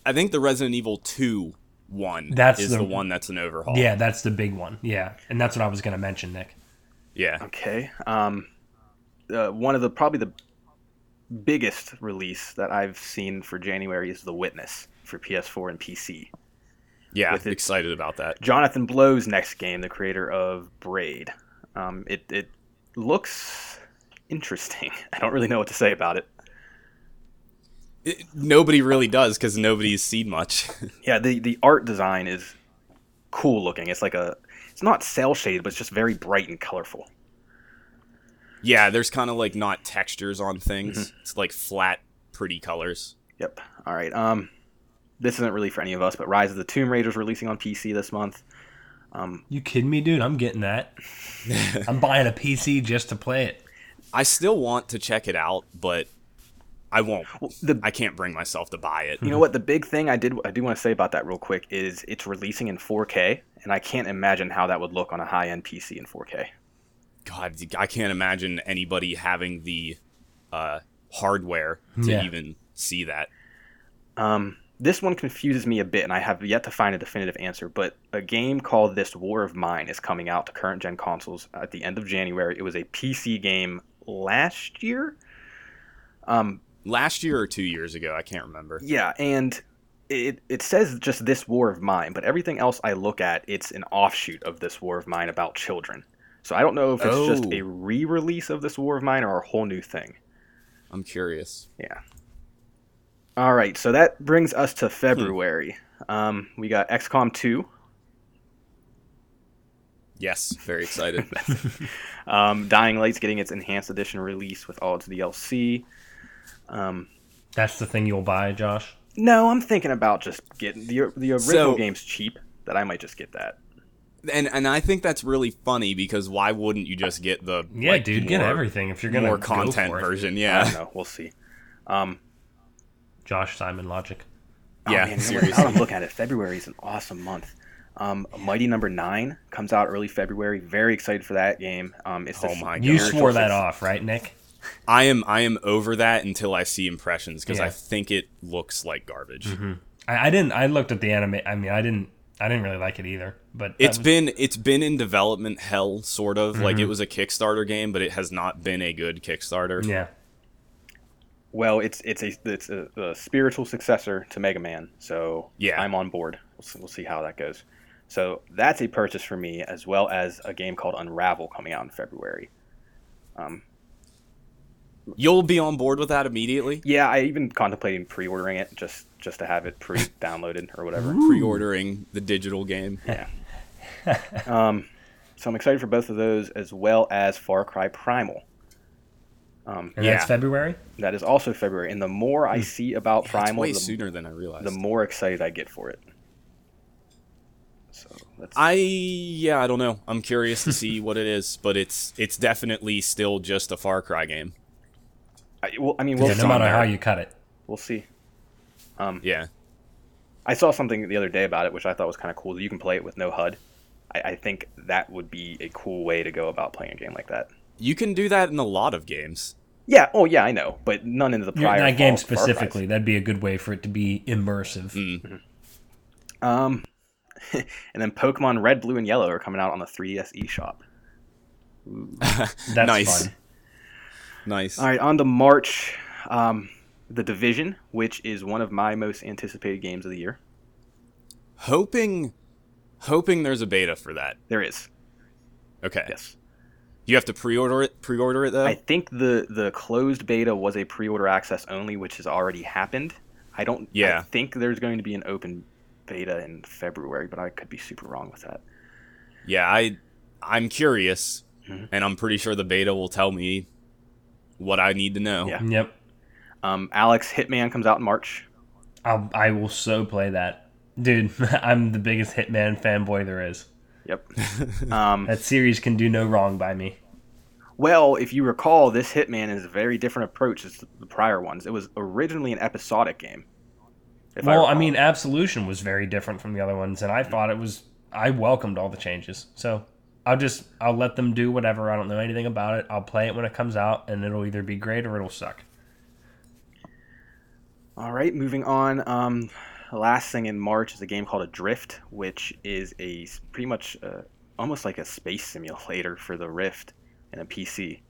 [SPEAKER 3] I think the Resident Evil 2 one
[SPEAKER 2] That's
[SPEAKER 3] is
[SPEAKER 2] the-
[SPEAKER 3] the, one that's an overhaul.
[SPEAKER 2] Yeah, that's the big one. Yeah, and that's what I was gonna mention, Nick.
[SPEAKER 3] Yeah.
[SPEAKER 1] Okay. Um, uh, one of the probably the biggest release that I've seen for January is The Witness for PS4 and PC.
[SPEAKER 3] Yeah.
[SPEAKER 1] With it-
[SPEAKER 3] excited about that.
[SPEAKER 1] Jonathan Blow's next game, the creator of Braid. Um, it it looks interesting. I don't really know what to say about it.
[SPEAKER 3] It- nobody really does because nobody's seen much.
[SPEAKER 1] Yeah, the the art design is cool looking. It's like a it's not cell shaded, but it's just very bright and colorful.
[SPEAKER 3] yeah, there's kind of like not textures on things.
[SPEAKER 1] Mm-hmm.
[SPEAKER 3] It's like flat, pretty colors.
[SPEAKER 1] Yep. All right. Um, this isn't really for any of us, but Rise of the Tomb Raider is releasing on PC this month. Um,
[SPEAKER 2] You kidding me, dude? I'm getting that. I'm buying a PC just to play it.
[SPEAKER 3] I still want to check it out, but I won't.
[SPEAKER 1] well, the
[SPEAKER 3] I can't bring myself to buy it.
[SPEAKER 1] you know what the big thing I did I do want to say about that real quick is it's releasing in 4K, and I can't imagine how that would look on a high end PC in 4K.
[SPEAKER 3] God, I can't imagine anybody having the uh, hardware to
[SPEAKER 2] Yeah.
[SPEAKER 3] even see that.
[SPEAKER 1] Um, this one confuses me a bit, and I have yet to find a definitive answer. But a game called This War of Mine is coming out to current gen consoles at the end of January. It was a PC game last year. Um,
[SPEAKER 3] Last year or two years ago, I can't remember.
[SPEAKER 1] yeah, and it it says just This War of Mine, but everything else I look at, it's an offshoot of This War of Mine about children. So I don't know if it's just
[SPEAKER 3] Oh.
[SPEAKER 1] a re-release of This War of Mine or a whole new thing.
[SPEAKER 3] I'm curious.
[SPEAKER 1] Yeah. All right, so that brings us
[SPEAKER 3] Hmm.
[SPEAKER 1] to February. Um, we got XCOM 2.
[SPEAKER 3] Yes, very excited.
[SPEAKER 1] Um, Dying Light's getting its enhanced edition release with all its DLC. Um,
[SPEAKER 2] That's the thing you'll buy, Josh.
[SPEAKER 1] no, I'm thinking about just getting the the original
[SPEAKER 3] So-
[SPEAKER 1] game's cheap. That I might just get that.
[SPEAKER 3] and and I think that's really funny because why wouldn't you just get the
[SPEAKER 2] Yeah,
[SPEAKER 3] like,
[SPEAKER 2] dude, get
[SPEAKER 3] more-
[SPEAKER 2] everything if you're gonna
[SPEAKER 3] more
[SPEAKER 2] go
[SPEAKER 3] content
[SPEAKER 2] for it.
[SPEAKER 3] version?
[SPEAKER 1] I don't
[SPEAKER 3] Yeah,
[SPEAKER 1] know. We'll see. Um,
[SPEAKER 2] Josh Simon logic.
[SPEAKER 1] oh,
[SPEAKER 3] yeah,
[SPEAKER 1] man, you know what? Now
[SPEAKER 3] seriously.
[SPEAKER 1] I'm looking at it. February is an awesome month. Um, Mighty Number Nine comes out early February. Very excited for that game. Um, it's
[SPEAKER 3] Oh
[SPEAKER 1] this
[SPEAKER 3] my
[SPEAKER 2] You
[SPEAKER 3] God.
[SPEAKER 2] swore that off, right, Nick?
[SPEAKER 3] I am I am over that until I see impressions because
[SPEAKER 2] Yeah. Mm-hmm.
[SPEAKER 3] I think it looks like garbage.
[SPEAKER 2] I, I didn't. I looked at the anime. I mean, I didn't. I didn't really like it either. But that
[SPEAKER 3] It's
[SPEAKER 2] was-
[SPEAKER 3] been it's been in development hell, sort of. Like
[SPEAKER 2] Mm-hmm.
[SPEAKER 3] it was a Kickstarter game, but it has not been a good Kickstarter.
[SPEAKER 2] yeah.
[SPEAKER 1] Well, it's it's a it's a, a spiritual successor to Mega Man, so
[SPEAKER 3] Yeah.
[SPEAKER 1] I'm on board. We'll see, we'll see how that goes. So that's a purchase for me, as well as a game called Unravel coming out in February. Um,
[SPEAKER 3] You'll be on board with that immediately.
[SPEAKER 1] yeah, I even contemplating pre-ordering it just just to have it pre-downloaded or whatever.
[SPEAKER 3] Pre-ordering the digital game.
[SPEAKER 1] Yeah. um, so I'm excited for both of those, as well as Far Cry Primal. Um,
[SPEAKER 2] And that's
[SPEAKER 3] Yeah.
[SPEAKER 2] February.
[SPEAKER 1] that is also February, and the more
[SPEAKER 2] Hmm.
[SPEAKER 1] I see about
[SPEAKER 3] That's
[SPEAKER 1] Primal,
[SPEAKER 3] way
[SPEAKER 1] the
[SPEAKER 3] sooner than I realized.
[SPEAKER 1] the more excited I get for it. So that's
[SPEAKER 3] I yeah, I don't know. I'm curious to see what it is, but it's it's definitely still just a Far Cry game.
[SPEAKER 1] I, well, I mean, we'll,
[SPEAKER 2] yeah,
[SPEAKER 1] see.
[SPEAKER 2] no matter
[SPEAKER 3] on
[SPEAKER 2] how
[SPEAKER 3] there.
[SPEAKER 2] you cut it.
[SPEAKER 1] we'll see.
[SPEAKER 3] Yeah.
[SPEAKER 1] I saw something the other day about it, which I thought was kind of cool. You can play it with no HUD. I, I think that would be a cool way to go about playing a game like that.
[SPEAKER 3] You can do that in a lot of games.
[SPEAKER 1] Yeah. Oh, yeah. I know, but none in the
[SPEAKER 2] Yeah,
[SPEAKER 1] prior
[SPEAKER 2] that
[SPEAKER 1] Far-
[SPEAKER 2] game
[SPEAKER 1] Far Cries.
[SPEAKER 2] specifically, that'd be a good way for it to be immersive.
[SPEAKER 1] Um, and then Pokemon Red, Blue, and Yellow are coming out on the E 3DS eShop.
[SPEAKER 2] That's
[SPEAKER 3] Mm. Nice.
[SPEAKER 2] fun.
[SPEAKER 3] Nice.
[SPEAKER 1] All right, on to March. Um, the Division, which is one of my most anticipated games of the year.
[SPEAKER 3] Hoping hoping there's a beta for that.
[SPEAKER 1] There is.
[SPEAKER 3] Okay.
[SPEAKER 1] Yes.
[SPEAKER 3] You have to pre-order it pre-order it though.
[SPEAKER 1] I think the the closed beta was a pre-order access only, which has already happened. I don't. I
[SPEAKER 3] Yeah.
[SPEAKER 1] think there's going to be an open beta in February, but I could be super wrong with that.
[SPEAKER 3] yeah, I I'm curious
[SPEAKER 1] Mhm.
[SPEAKER 3] and I'm pretty sure the beta will tell me what I need to know.
[SPEAKER 1] Yeah.
[SPEAKER 2] Yep.
[SPEAKER 1] Um, Alex Hitman comes out in March.
[SPEAKER 2] I'll, I will so play that. Dude, I'm the biggest Hitman fanboy there is.
[SPEAKER 1] Yep. Um,
[SPEAKER 2] That series can do no wrong by me.
[SPEAKER 1] well, if you recall, this Hitman is a very different approach as the prior ones. It was originally an episodic game. If
[SPEAKER 2] well, I,
[SPEAKER 1] recall.
[SPEAKER 2] mean, Absolution was very different from the other ones, and I thought it was. I welcomed all the changes, so I'll just I'll let them do whatever. I don't know anything about it. I'll play it when it comes out, and it'll either be great or it'll suck.
[SPEAKER 1] All right, moving on. Um, last thing in March is a game called Adrift, which is a s- pretty much uh, almost like a space simulator for the Rift and a PC.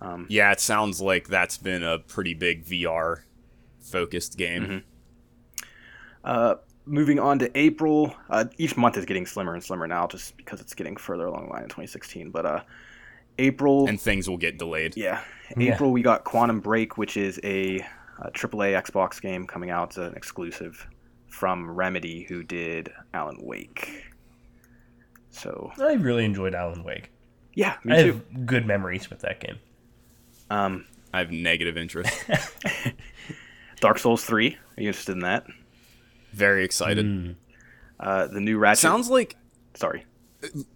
[SPEAKER 1] Um,
[SPEAKER 3] Yeah, it sounds like that's been a pretty big VR focused game.
[SPEAKER 1] Mhm. uh, moving on to April, uh, each month is getting slimmer and slimmer now, just because it's getting further along the line in 2016. But uh, April,
[SPEAKER 3] And things will get delayed.
[SPEAKER 1] yeah,
[SPEAKER 2] Yeah.
[SPEAKER 1] April we got Quantum Break, which is a, uh AAA Xbox game coming out, it's an exclusive from Remedy, who did Alan Wake. So
[SPEAKER 2] I really enjoyed Alan Wake.
[SPEAKER 1] Yeah,
[SPEAKER 2] I
[SPEAKER 1] me too.
[SPEAKER 2] have good memories with that game.
[SPEAKER 1] Um,
[SPEAKER 3] I have negative interest.
[SPEAKER 1] Dark Souls Three. Are you interested in that?
[SPEAKER 3] Very excited.
[SPEAKER 2] Hmm.
[SPEAKER 1] Uh, the new Ratchet.
[SPEAKER 3] Sounds like
[SPEAKER 1] Sorry.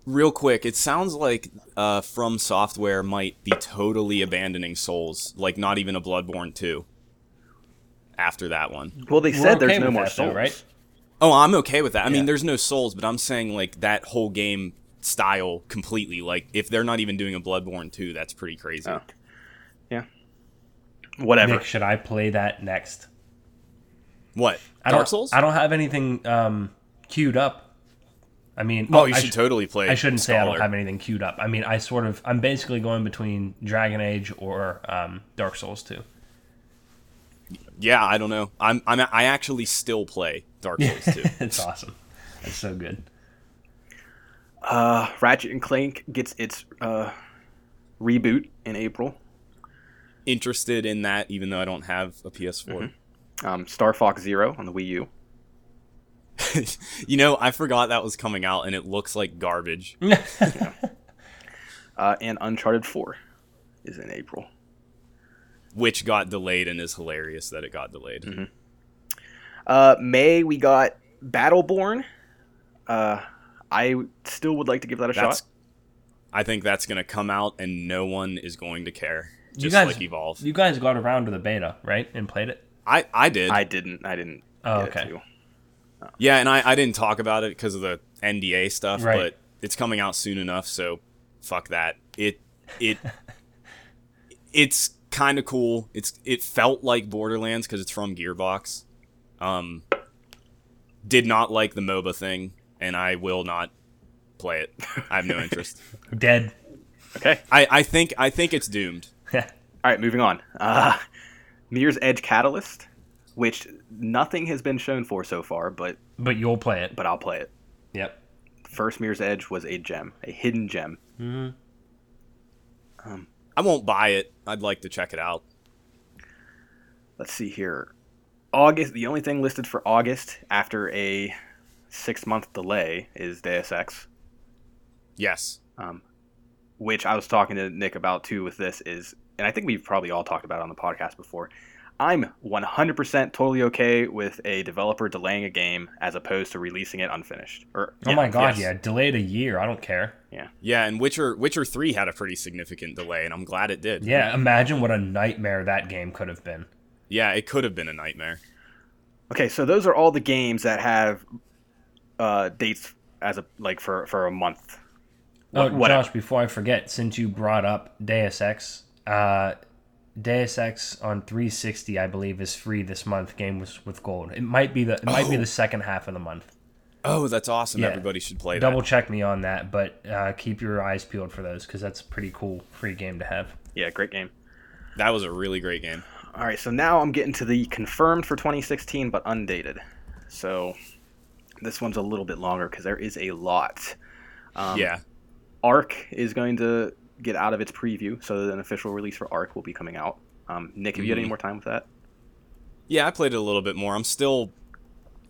[SPEAKER 3] real quick, it sounds like uh, From Software might be totally abandoning Souls, like not even a Bloodborne 2 after that one.
[SPEAKER 1] Well, they
[SPEAKER 2] We're
[SPEAKER 1] said there's
[SPEAKER 2] okay
[SPEAKER 1] no
[SPEAKER 2] with
[SPEAKER 1] more
[SPEAKER 2] that, though,
[SPEAKER 1] Souls,
[SPEAKER 2] right?
[SPEAKER 3] Oh, I'm okay with that. I
[SPEAKER 2] Yeah.
[SPEAKER 3] mean, there's no Souls, but I'm saying like that whole game style completely. Like if they're not even doing a Bloodborne 2, that's pretty crazy.
[SPEAKER 1] Oh. Whatever.
[SPEAKER 2] Nick, should I play that next?
[SPEAKER 3] What?
[SPEAKER 2] I
[SPEAKER 3] Dark
[SPEAKER 2] don't,
[SPEAKER 3] Souls?
[SPEAKER 2] I don't have anything um, queued up. I mean,
[SPEAKER 3] Oh,
[SPEAKER 2] oh,
[SPEAKER 3] you
[SPEAKER 2] I
[SPEAKER 3] should
[SPEAKER 2] sh-
[SPEAKER 3] totally play.
[SPEAKER 2] I shouldn't say I don't
[SPEAKER 3] Scholar.
[SPEAKER 2] have anything queued up. I mean, I sort of I'm basically going between Dragon Age or um, Dark Souls 2.
[SPEAKER 3] Yeah, I don't know. I'm, I'm I actually still play Dark Souls 2.
[SPEAKER 2] it's awesome. It's so good.
[SPEAKER 1] Uh, Ratchet and Clank gets its uh, reboot in April.
[SPEAKER 3] Interested in that, even though I don't have a PS4.
[SPEAKER 1] Um, Star Fox Zero on the Wii U.
[SPEAKER 3] you know, I forgot that was coming out, and it looks like garbage.
[SPEAKER 1] Uh, and Uncharted Four is in April.
[SPEAKER 3] which got delayed and is hilarious that it got delayed.
[SPEAKER 1] Mm-hmm. Uh, May we got Battleborn. Uh, I still would like to give that a
[SPEAKER 3] That's,
[SPEAKER 1] shot.
[SPEAKER 3] I think that's gonna come out and no one is going to care. Just
[SPEAKER 2] guys-
[SPEAKER 3] like Evolve.
[SPEAKER 2] You guys got around to the beta, right? And played it?
[SPEAKER 3] I I did.
[SPEAKER 1] I didn't. I didn't.
[SPEAKER 2] Oh,
[SPEAKER 1] get it
[SPEAKER 2] okay.
[SPEAKER 1] too.
[SPEAKER 3] yeah, and I I didn't talk about it because of the NDA stuff,
[SPEAKER 2] Right.
[SPEAKER 3] but it's coming out soon enough, so fuck that. It it it's kind of cool. It's it felt like Borderlands because it's from Gearbox. Um, did not like the MOBA thing, and I will not play it. I have no interest.
[SPEAKER 2] Dead.
[SPEAKER 1] Okay.
[SPEAKER 3] I, I think I think it's doomed.
[SPEAKER 1] All right, moving on. Uh, Mirror's Edge Catalyst, which nothing has been shown for so far, but
[SPEAKER 2] but you'll play it.
[SPEAKER 1] but I'll play it.
[SPEAKER 2] Yep.
[SPEAKER 1] First Mirror's Edge was a gem, a hidden gem.
[SPEAKER 3] I won't buy it. I'd like to check it out.
[SPEAKER 1] Let's see here. August, the only thing listed for August after a six month delay is Deus Ex,
[SPEAKER 3] Yes.
[SPEAKER 1] um, which I was talking to Nick about too with this is, and I think we've probably all talked about it on the podcast before. I'm 100% totally okay with a developer delaying a game as opposed to releasing it unfinished. Or
[SPEAKER 2] Oh my god,
[SPEAKER 3] yes.
[SPEAKER 2] yeah. Delayed a year. I don't care.
[SPEAKER 3] Yeah, and Witcher Witcher 3 had a pretty significant delay and I'm glad it did.
[SPEAKER 2] Yeah, imagine what a nightmare that game could have been.
[SPEAKER 3] Yeah, it could have been a nightmare.
[SPEAKER 1] Okay, so those are all the games that have uh, dates as a like for for a month.
[SPEAKER 2] Oh,
[SPEAKER 1] What- whatever.
[SPEAKER 2] Josh, before I forget, since you brought up Deus Ex, uh, Deus Ex on 360, I believe, is free this month. Game was with gold. It might be the it might be the second half of the month.
[SPEAKER 3] Oh, that's awesome.
[SPEAKER 2] Yeah.
[SPEAKER 3] Everybody should play
[SPEAKER 2] Double check me on that, but uh, keep your eyes peeled for those because that's a pretty cool free game to have.
[SPEAKER 1] Yeah, great game.
[SPEAKER 3] that. That was a really great game.
[SPEAKER 1] All right, so now I'm getting to the confirmed for 2016 but undated. So this one's a little bit longer because there is a lot. Um,
[SPEAKER 3] yeah.
[SPEAKER 1] Arc is going to get out of its preview, so an official release for Arc will be coming out. Um, Nick, have you had any
[SPEAKER 3] Mhm.
[SPEAKER 1] more time with that?
[SPEAKER 3] Yeah, I played it a little bit more. I'm still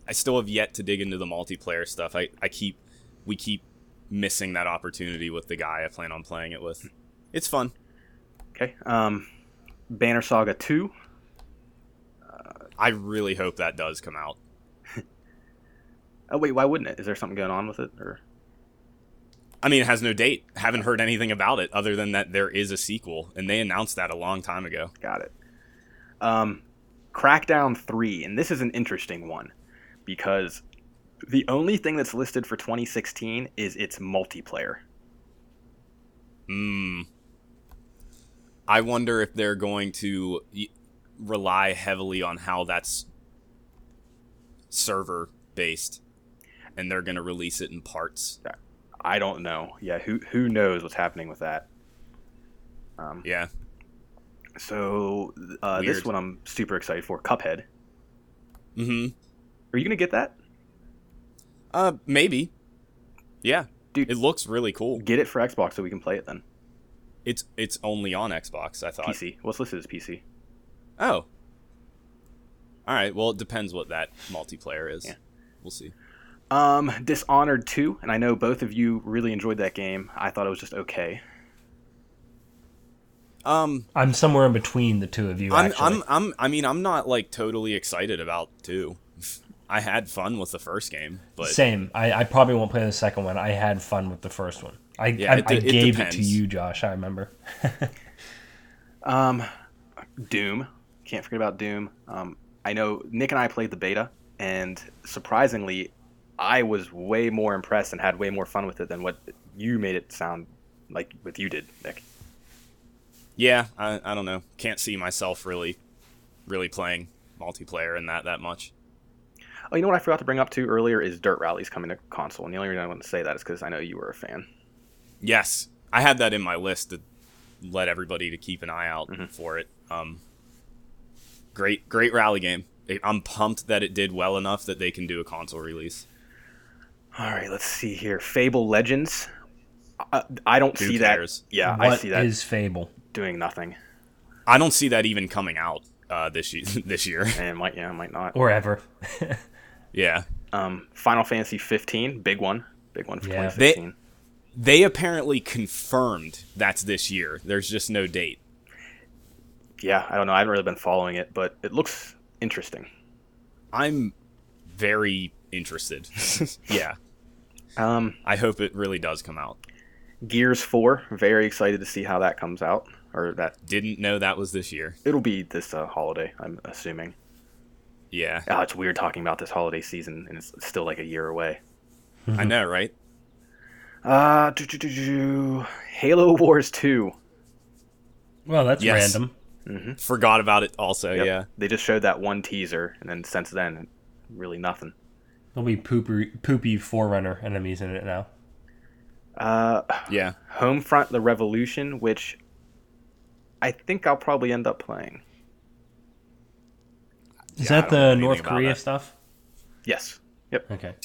[SPEAKER 3] I still have yet to dig into the multiplayer stuff. I I keep we keep missing that opportunity with the guy I plan on playing it with. It's fun.
[SPEAKER 1] Okay. Um, Banner Saga 2,
[SPEAKER 3] I really hope that does come out.
[SPEAKER 1] Oh wait, why wouldn't it? Is there something going on with it or?
[SPEAKER 3] I mean, it has no date. Haven't heard anything about it other than that there is a sequel, and they announced that a long time ago.
[SPEAKER 1] Got it. Um, Crackdown 3, and this is an interesting one because the only thing that's listed for 2016 is its multiplayer.
[SPEAKER 3] Mm. I wonder if they're going to y- rely heavily on how that's server based, and they're going to release it in parts.
[SPEAKER 1] I don't know. Yeah, who who knows what's happening with that? Um,
[SPEAKER 3] Yeah,
[SPEAKER 1] so uh, this
[SPEAKER 3] Weird.
[SPEAKER 1] one I'm super excited for. Cuphead.
[SPEAKER 3] hmm
[SPEAKER 1] Are you gonna get that,
[SPEAKER 3] Uh, maybe. Yeah,
[SPEAKER 1] dude?
[SPEAKER 3] it looks really cool.
[SPEAKER 1] Get it for Xbox so we can play it then.
[SPEAKER 3] It's it's only on Xbox. I thought.
[SPEAKER 1] PC. What's listed as PC?
[SPEAKER 3] Oh. All right. Well, it depends what that multiplayer is.
[SPEAKER 1] Yeah.
[SPEAKER 3] We'll see.
[SPEAKER 1] Um, Dishonored 2, and I know both of you really enjoyed that game. I thought it was just okay.
[SPEAKER 3] Um,
[SPEAKER 2] I'm somewhere in between the two of you.
[SPEAKER 3] I'm,
[SPEAKER 2] actually.
[SPEAKER 3] I'm, I'm, I mean, I'm not like totally excited about two. I had fun with the first game, but
[SPEAKER 2] Same. I, I probably won't play the second one. I had fun with the first one. I
[SPEAKER 3] Yeah,
[SPEAKER 2] I,
[SPEAKER 3] it
[SPEAKER 2] I
[SPEAKER 3] de- it
[SPEAKER 2] gave it, to
[SPEAKER 3] depends.
[SPEAKER 2] you, Josh. I remember.
[SPEAKER 1] Um, Doom. Can't forget about Doom. Um, I know Nick and I played the beta, and surprisingly, I was way more impressed and had way more fun with it than what you made it sound like with you did, Nick.
[SPEAKER 3] yeah, I, I don't know. Can't see myself really, really playing multiplayer in that that much.
[SPEAKER 1] Oh, you know what I forgot to bring up too earlier is Dirt Rally's coming to console, and the only reason I want to say that is because I know you were a fan.
[SPEAKER 3] Yes, I had that in my list to let everybody to keep an eye out
[SPEAKER 2] Mm-hmm.
[SPEAKER 3] for it. Um, great, great rally game. It- I'm pumped that it did well enough that they can do a console release.
[SPEAKER 1] All right, let's see here. Fable Legends. I, I don't
[SPEAKER 3] Who
[SPEAKER 1] see
[SPEAKER 3] cares?
[SPEAKER 1] that. Yeah, I
[SPEAKER 2] What
[SPEAKER 1] see that
[SPEAKER 2] is Fable?
[SPEAKER 1] doing nothing,
[SPEAKER 3] I don't see that even coming out uh, this year. this year,
[SPEAKER 1] and might yeah, might not.
[SPEAKER 2] Or ever.
[SPEAKER 3] yeah.
[SPEAKER 1] Um, Final Fantasy 15, big one, big one for
[SPEAKER 2] Yeah.
[SPEAKER 1] 2015.
[SPEAKER 3] They apparently confirmed that's this year. There's just no date.
[SPEAKER 1] yeah, I don't know. I haven't really been following it, but it looks interesting.
[SPEAKER 3] I'm very interested. yeah,
[SPEAKER 1] Um,
[SPEAKER 3] I hope it really does come out.
[SPEAKER 1] Gears Four, very excited to see how that comes out, or that
[SPEAKER 3] Didn't know that was this year.
[SPEAKER 1] it'll be this uh, holiday. I'm assuming.
[SPEAKER 3] Yeah,
[SPEAKER 1] Oh, it's weird talking about this holiday season, and it's still like a year away.
[SPEAKER 3] I know, right?
[SPEAKER 1] Uh, do, do, do, do. Halo Wars Two.
[SPEAKER 2] well, that's
[SPEAKER 3] Yes.
[SPEAKER 2] random.
[SPEAKER 3] Forgot about it. Also,
[SPEAKER 1] Yep.
[SPEAKER 3] yeah.
[SPEAKER 1] they just showed that one teaser, and then since then, really nothing.
[SPEAKER 2] There'll be poopy, poopy forerunner enemies in it now.
[SPEAKER 1] Uh,
[SPEAKER 3] Yeah.
[SPEAKER 1] Homefront: The Revolution, which I think I'll probably end up playing.
[SPEAKER 2] Is
[SPEAKER 3] Yeah, I
[SPEAKER 2] that
[SPEAKER 3] don't know
[SPEAKER 2] the
[SPEAKER 3] anything
[SPEAKER 2] North
[SPEAKER 3] about
[SPEAKER 2] Korea
[SPEAKER 3] that.
[SPEAKER 2] stuff?
[SPEAKER 1] Yes. Yep.
[SPEAKER 2] Okay.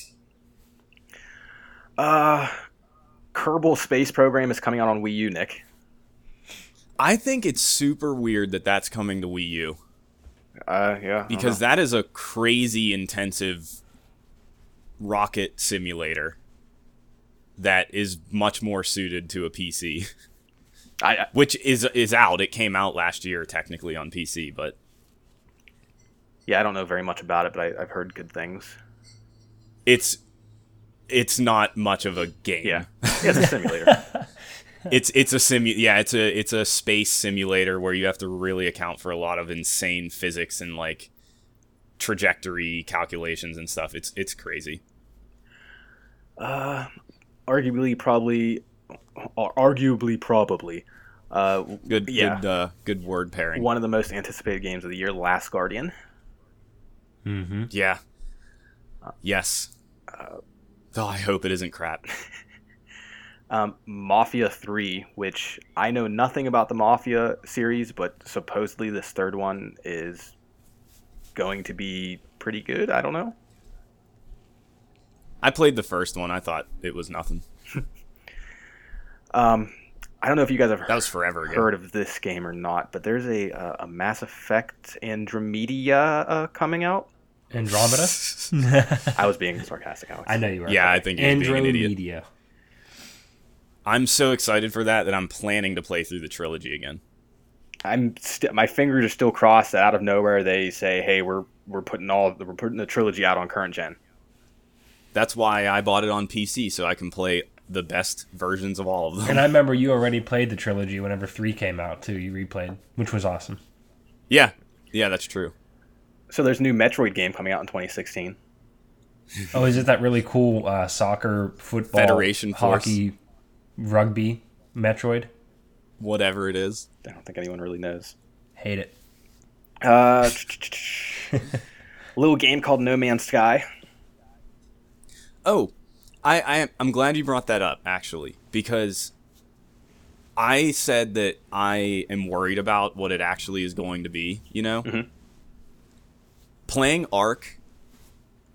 [SPEAKER 1] Uh, Kerbal Space Program is coming out on Wii U, Nick.
[SPEAKER 3] I think it's super weird that that's coming to Wii U
[SPEAKER 1] Uh, yeah.
[SPEAKER 3] because that is a crazy intensive rocket simulator that is much more suited to a PC,
[SPEAKER 1] I, I
[SPEAKER 3] which is is out. It came out last year technically on PC, but
[SPEAKER 1] yeah, I don't know very much about it, but I, I've heard good things.
[SPEAKER 3] it's it's not much of a game.
[SPEAKER 1] Yeah, yeah, it's a simulator.
[SPEAKER 3] It's it's a simu yeah, it's a it's a space simulator where you have to really account for a lot of insane physics and like trajectory calculations and stuff. It's it's crazy.
[SPEAKER 1] uh, arguably, probably, ar- arguably, probably, uh,
[SPEAKER 3] Good,
[SPEAKER 1] Yeah.
[SPEAKER 3] good, uh, good word pairing.
[SPEAKER 1] one of the most anticipated games of the year, Last Guardian.
[SPEAKER 2] Mm-hmm.
[SPEAKER 3] Yeah. Yes. Though I hope it isn't crap.
[SPEAKER 1] Um, Mafia 3, which I know nothing about the Mafia series, but supposedly this third one is going to be pretty good. I don't know.
[SPEAKER 3] I played the first one. I thought it was nothing.
[SPEAKER 1] Um, I don't know if you guys have
[SPEAKER 3] That
[SPEAKER 1] heard,
[SPEAKER 3] was forever ago.
[SPEAKER 1] heard of this game or not, but there's a uh, a Mass Effect Andromedia uh, coming out.
[SPEAKER 2] Andromeda.
[SPEAKER 1] I was being sarcastic, Alex.
[SPEAKER 2] I know you are.
[SPEAKER 3] Yeah, I think he was being an
[SPEAKER 2] Andromedia.
[SPEAKER 3] idiot. I'm so excited for that that I'm planning to play through the trilogy again.
[SPEAKER 1] I'm st- my fingers are still crossed that out of nowhere they say, "Hey, we're we're putting all we're putting the trilogy out on current gen."
[SPEAKER 3] That's why I bought it on PC so I can play the best versions of all of them.
[SPEAKER 2] And I remember you already played the trilogy whenever three came out too. You replayed, which was awesome.
[SPEAKER 3] yeah, yeah, that's true.
[SPEAKER 1] So there's a new Metroid game coming out in 2016.
[SPEAKER 2] Oh, is it that really cool uh, soccer, football,
[SPEAKER 3] Federation Force.
[SPEAKER 2] hockey, rugby, Metroid?
[SPEAKER 3] Whatever it is,
[SPEAKER 1] I don't think anyone really knows.
[SPEAKER 2] Hate it.
[SPEAKER 1] Uh, little game called No Man's Sky.
[SPEAKER 3] Oh, I, I I'm glad you brought that up actually because I said that I am worried about what it actually is going to be. You know, playing Ark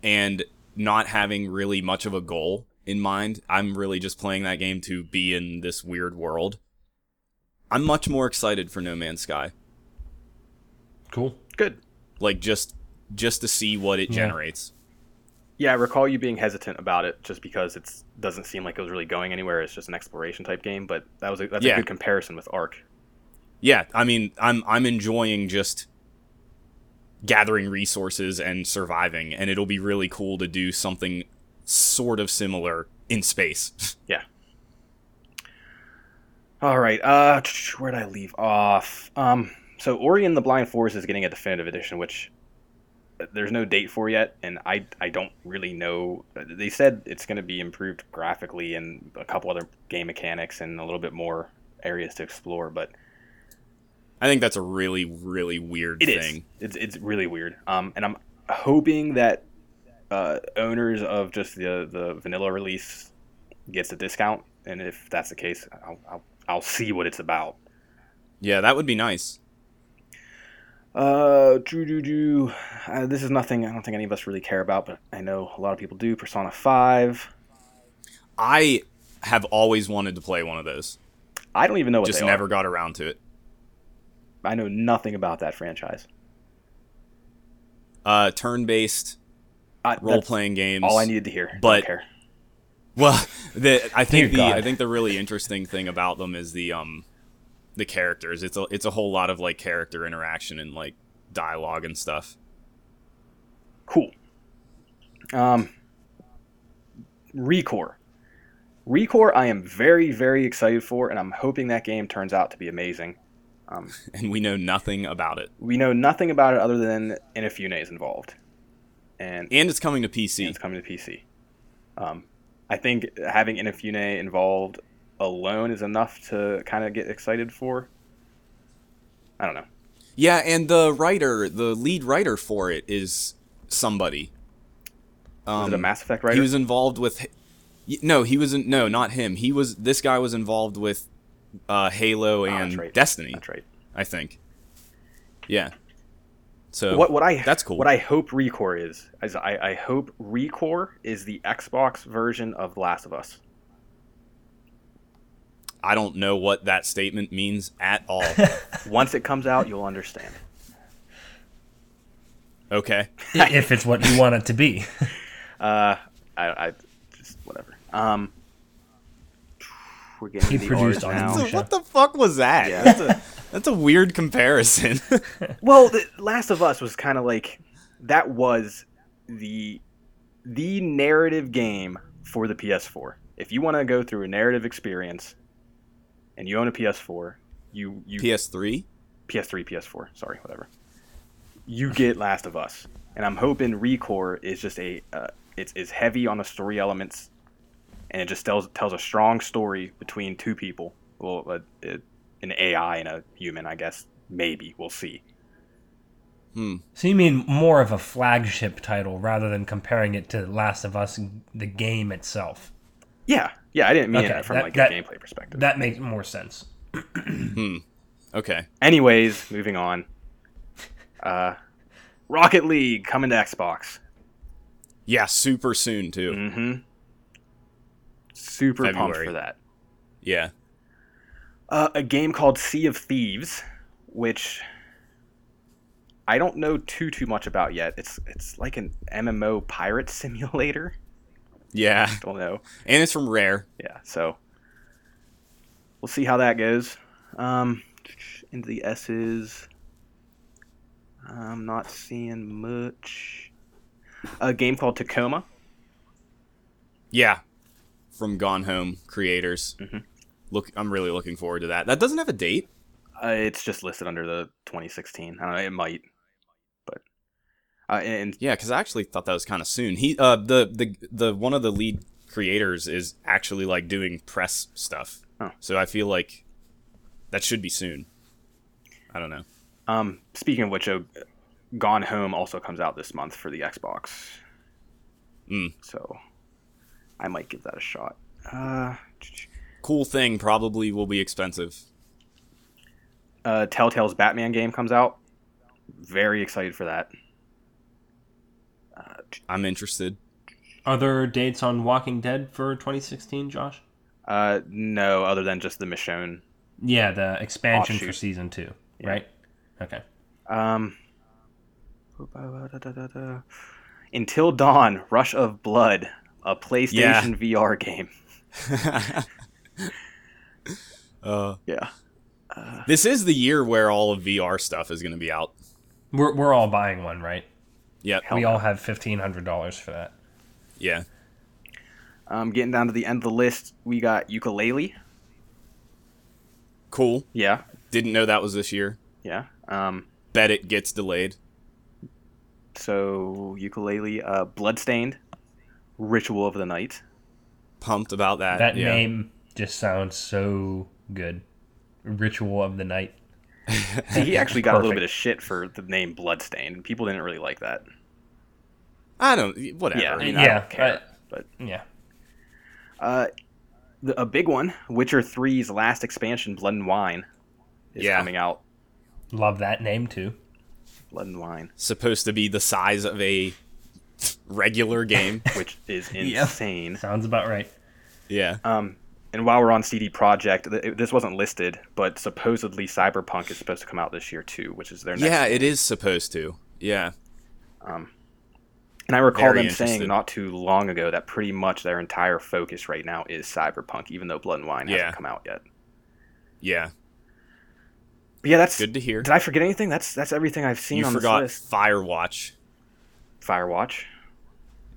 [SPEAKER 3] and not having really much of a goal in mind. I'm really just playing that game to be in this weird world. I'm much more excited for No Man's Sky,
[SPEAKER 2] Cool.
[SPEAKER 1] Good.
[SPEAKER 3] like just just to see what it
[SPEAKER 2] Yeah.
[SPEAKER 3] generates.
[SPEAKER 1] Yeah, I recall you being hesitant about it just because it doesn't seem like it was really going anywhere. It's just an exploration type game, but that was a, that's
[SPEAKER 3] Yeah.
[SPEAKER 1] a good comparison with Ark.
[SPEAKER 3] yeah i mean i'm i'm enjoying just gathering resources and surviving and it'll be really cool to do something sort of similar in space
[SPEAKER 1] All right. Uh, where'd I leave off? Um, so Ori and the Blind Forest is getting a definitive edition, which uh, there's no date for yet, and I I don't really know. They said it's going to be improved graphically and a couple other game mechanics and a little bit more areas to explore, but
[SPEAKER 3] i think that's a really really weird
[SPEAKER 1] it is.
[SPEAKER 3] thing
[SPEAKER 1] It's it's really weird. Um, and I'm hoping that uh, owners of just the the vanilla release gets a discount, and if that's the case, I'll I'll, I'll see what it's about.
[SPEAKER 3] yeah that would be nice
[SPEAKER 1] Uh, do do do. Uh, this is nothing. I don't think any of us really care about, but I know a lot of people do. Persona Five.
[SPEAKER 3] i have always wanted to play one of those
[SPEAKER 1] I don't even know what
[SPEAKER 3] just
[SPEAKER 1] they
[SPEAKER 3] never
[SPEAKER 1] are.
[SPEAKER 3] got around to it
[SPEAKER 1] I know nothing about that franchise.
[SPEAKER 3] uh turn-based
[SPEAKER 1] I, that's
[SPEAKER 3] role-playing games
[SPEAKER 1] All I needed to hear. Don't
[SPEAKER 3] But-
[SPEAKER 1] care.
[SPEAKER 3] Well, the, I think
[SPEAKER 2] Dear
[SPEAKER 3] the I
[SPEAKER 2] God.
[SPEAKER 3] think the really interesting thing about them is the um the characters. It's a it's a whole lot of like character interaction and like dialogue and stuff.
[SPEAKER 1] cool. Um, Recore. Recore, I am very very excited for, and I'm hoping that game turns out to be amazing. Um,
[SPEAKER 3] And we know nothing about it.
[SPEAKER 1] we know nothing about it other than Inafune is involved, and
[SPEAKER 3] And it's coming to
[SPEAKER 1] and
[SPEAKER 3] PC.
[SPEAKER 1] it's coming to PC. Um, I think having Inafune involved alone is enough to kind of get excited for. I don't know.
[SPEAKER 3] Yeah, and the writer, the lead writer for it is somebody. Um,
[SPEAKER 1] Was it a Mass Effect writer?
[SPEAKER 3] He was involved with. y- No, he wasn't. No, not him. He was. This guy was involved with uh, Halo
[SPEAKER 1] Ah,
[SPEAKER 3] and
[SPEAKER 1] that's right.
[SPEAKER 3] Destiny.
[SPEAKER 1] That's right.
[SPEAKER 3] I think. Yeah. So
[SPEAKER 1] What what I
[SPEAKER 3] Oh, That's cool.
[SPEAKER 1] What I hope Recore is is I, I hope Recore is the Xbox version of The Last of Us.
[SPEAKER 3] I don't know what that statement means at all.
[SPEAKER 1] Once it comes out, you'll understand.
[SPEAKER 3] okay.
[SPEAKER 2] I- if it's what you want it to be.
[SPEAKER 1] Uh, I, I just whatever. Um, we're getting
[SPEAKER 2] He
[SPEAKER 1] to the R's
[SPEAKER 2] produced on
[SPEAKER 1] now.
[SPEAKER 2] himself.
[SPEAKER 3] what the fuck was that?
[SPEAKER 1] Yeah.
[SPEAKER 3] That's, a, that's a weird comparison.
[SPEAKER 1] Well, the Last of Us was kind of like that was the the narrative game for the PS4. If you want to go through a narrative experience and you own a PS4, you you
[SPEAKER 3] PS3?
[SPEAKER 1] PS3, PS4, sorry, whatever. You get Last of Us, and I'm hoping Recore is just a uh, it's is heavy on the story elements, and it just tells tells a strong story between two people. Well, uh, it, an AI and a human, I guess. Maybe we'll see.
[SPEAKER 2] So you mean more of a flagship title rather than comparing it to Last of Us, the game itself?
[SPEAKER 1] Yeah, yeah. I didn't mean
[SPEAKER 2] Okay,
[SPEAKER 1] it from
[SPEAKER 2] that-
[SPEAKER 1] like
[SPEAKER 2] that-
[SPEAKER 1] a gameplay perspective.
[SPEAKER 2] That makes more sense.
[SPEAKER 3] Hmm. Okay.
[SPEAKER 1] Anyways, moving on. Uh, Rocket League coming to Xbox.
[SPEAKER 3] Yeah, super soon too.
[SPEAKER 1] Mm-hmm. Super pumped
[SPEAKER 3] February.
[SPEAKER 1] for that.
[SPEAKER 3] Yeah.
[SPEAKER 1] Uh, a game called Sea of Thieves, which I don't know too too much about yet. It's it's like an MMO pirate simulator.
[SPEAKER 3] Yeah.
[SPEAKER 1] Don't know.
[SPEAKER 3] And it's from Rare.
[SPEAKER 1] Yeah, so we'll see how that goes. Um, into the S's. I'm not seeing much. A game called Tacoma.
[SPEAKER 3] Yeah, from Gone Home creators.
[SPEAKER 1] Mhm.
[SPEAKER 3] Look, I'm really looking forward to that. That doesn't have a date.
[SPEAKER 1] Uh, it's just listed under the 2016. I don't know. It might, but uh, and
[SPEAKER 3] Yeah, because I actually thought that was kind of soon. He, uh, the the the one of the lead creators is actually like doing press stuff.
[SPEAKER 1] Oh.
[SPEAKER 3] So I feel like that should be soon. I don't know.
[SPEAKER 1] um, speaking of which, uh, Gone Home also comes out this month for the Xbox.
[SPEAKER 3] Mm.
[SPEAKER 1] So I might give that a shot. Uh,
[SPEAKER 3] Cool thing probably will be expensive.
[SPEAKER 1] uh, Telltale's Batman game comes out. Very excited for that.
[SPEAKER 3] I'm interested.
[SPEAKER 2] Are there dates on Walking Dead for 2016, Josh?
[SPEAKER 1] Uh, no, other than just the Michonne.
[SPEAKER 2] Yeah, the expansion for
[SPEAKER 1] Offshoot.
[SPEAKER 2] season two,
[SPEAKER 1] Yeah.
[SPEAKER 2] right? Okay.
[SPEAKER 1] Um, Until Dawn, Rush of Blood, a PlayStation
[SPEAKER 3] Yeah.
[SPEAKER 1] VR game.
[SPEAKER 3] uh,
[SPEAKER 1] Yeah.
[SPEAKER 3] this is the year where all of VR stuff is going to be out.
[SPEAKER 2] We're, we're all buying one, right?
[SPEAKER 3] Yep.
[SPEAKER 1] Hell
[SPEAKER 2] we
[SPEAKER 1] no.
[SPEAKER 2] all have $1,500 for that.
[SPEAKER 3] Yeah.
[SPEAKER 1] Um, getting down to the end of the list, we got Ukulele.
[SPEAKER 3] Cool.
[SPEAKER 1] Yeah,
[SPEAKER 3] Didn't know that was this year.
[SPEAKER 1] yeah. Um,
[SPEAKER 3] Bet it gets delayed.
[SPEAKER 1] so Ukulele, uh, Bloodstained, Ritual of the Night.
[SPEAKER 3] Pumped about
[SPEAKER 1] Uh,
[SPEAKER 3] that.
[SPEAKER 2] That
[SPEAKER 3] yeah.
[SPEAKER 2] name just sounds so good. Ritual of the Night.
[SPEAKER 1] See, he actually got a little
[SPEAKER 2] Perfect.
[SPEAKER 1] bit of shit for the name Bloodstained, and people didn't really like that.
[SPEAKER 3] I don't. Whatever.
[SPEAKER 1] Yeah.
[SPEAKER 3] I mean, I-
[SPEAKER 2] yeah,
[SPEAKER 1] don't care,
[SPEAKER 2] but
[SPEAKER 1] but-
[SPEAKER 2] yeah,
[SPEAKER 1] Uh, the, a big one, Witcher 3's last expansion, Blood and Wine, is
[SPEAKER 3] Yeah.
[SPEAKER 1] coming out.
[SPEAKER 2] love that name too.
[SPEAKER 1] Blood and Wine,
[SPEAKER 3] supposed to be the size of a regular game.
[SPEAKER 1] which is
[SPEAKER 2] Yeah.
[SPEAKER 1] insane.
[SPEAKER 2] Sounds about right.
[SPEAKER 3] yeah.
[SPEAKER 1] Um, and while we're on CD Projekt, th- it- this wasn't listed, but supposedly Cyberpunk is supposed to come out this year too, which is their next.
[SPEAKER 3] Yeah, it is supposed to. Yeah.
[SPEAKER 1] And I recall
[SPEAKER 3] Very
[SPEAKER 1] them
[SPEAKER 3] interested.
[SPEAKER 1] saying not too long ago that pretty much their entire focus right now is Cyberpunk, even though Blood and Wine
[SPEAKER 3] Yeah.
[SPEAKER 1] hasn't come out yet.
[SPEAKER 3] Yeah.
[SPEAKER 1] But yeah, that's.
[SPEAKER 3] Good to hear.
[SPEAKER 1] Did I forget anything? That's that's everything I've seen
[SPEAKER 3] You
[SPEAKER 1] on
[SPEAKER 3] forgot
[SPEAKER 1] this list.
[SPEAKER 3] Firewatch.
[SPEAKER 1] Firewatch.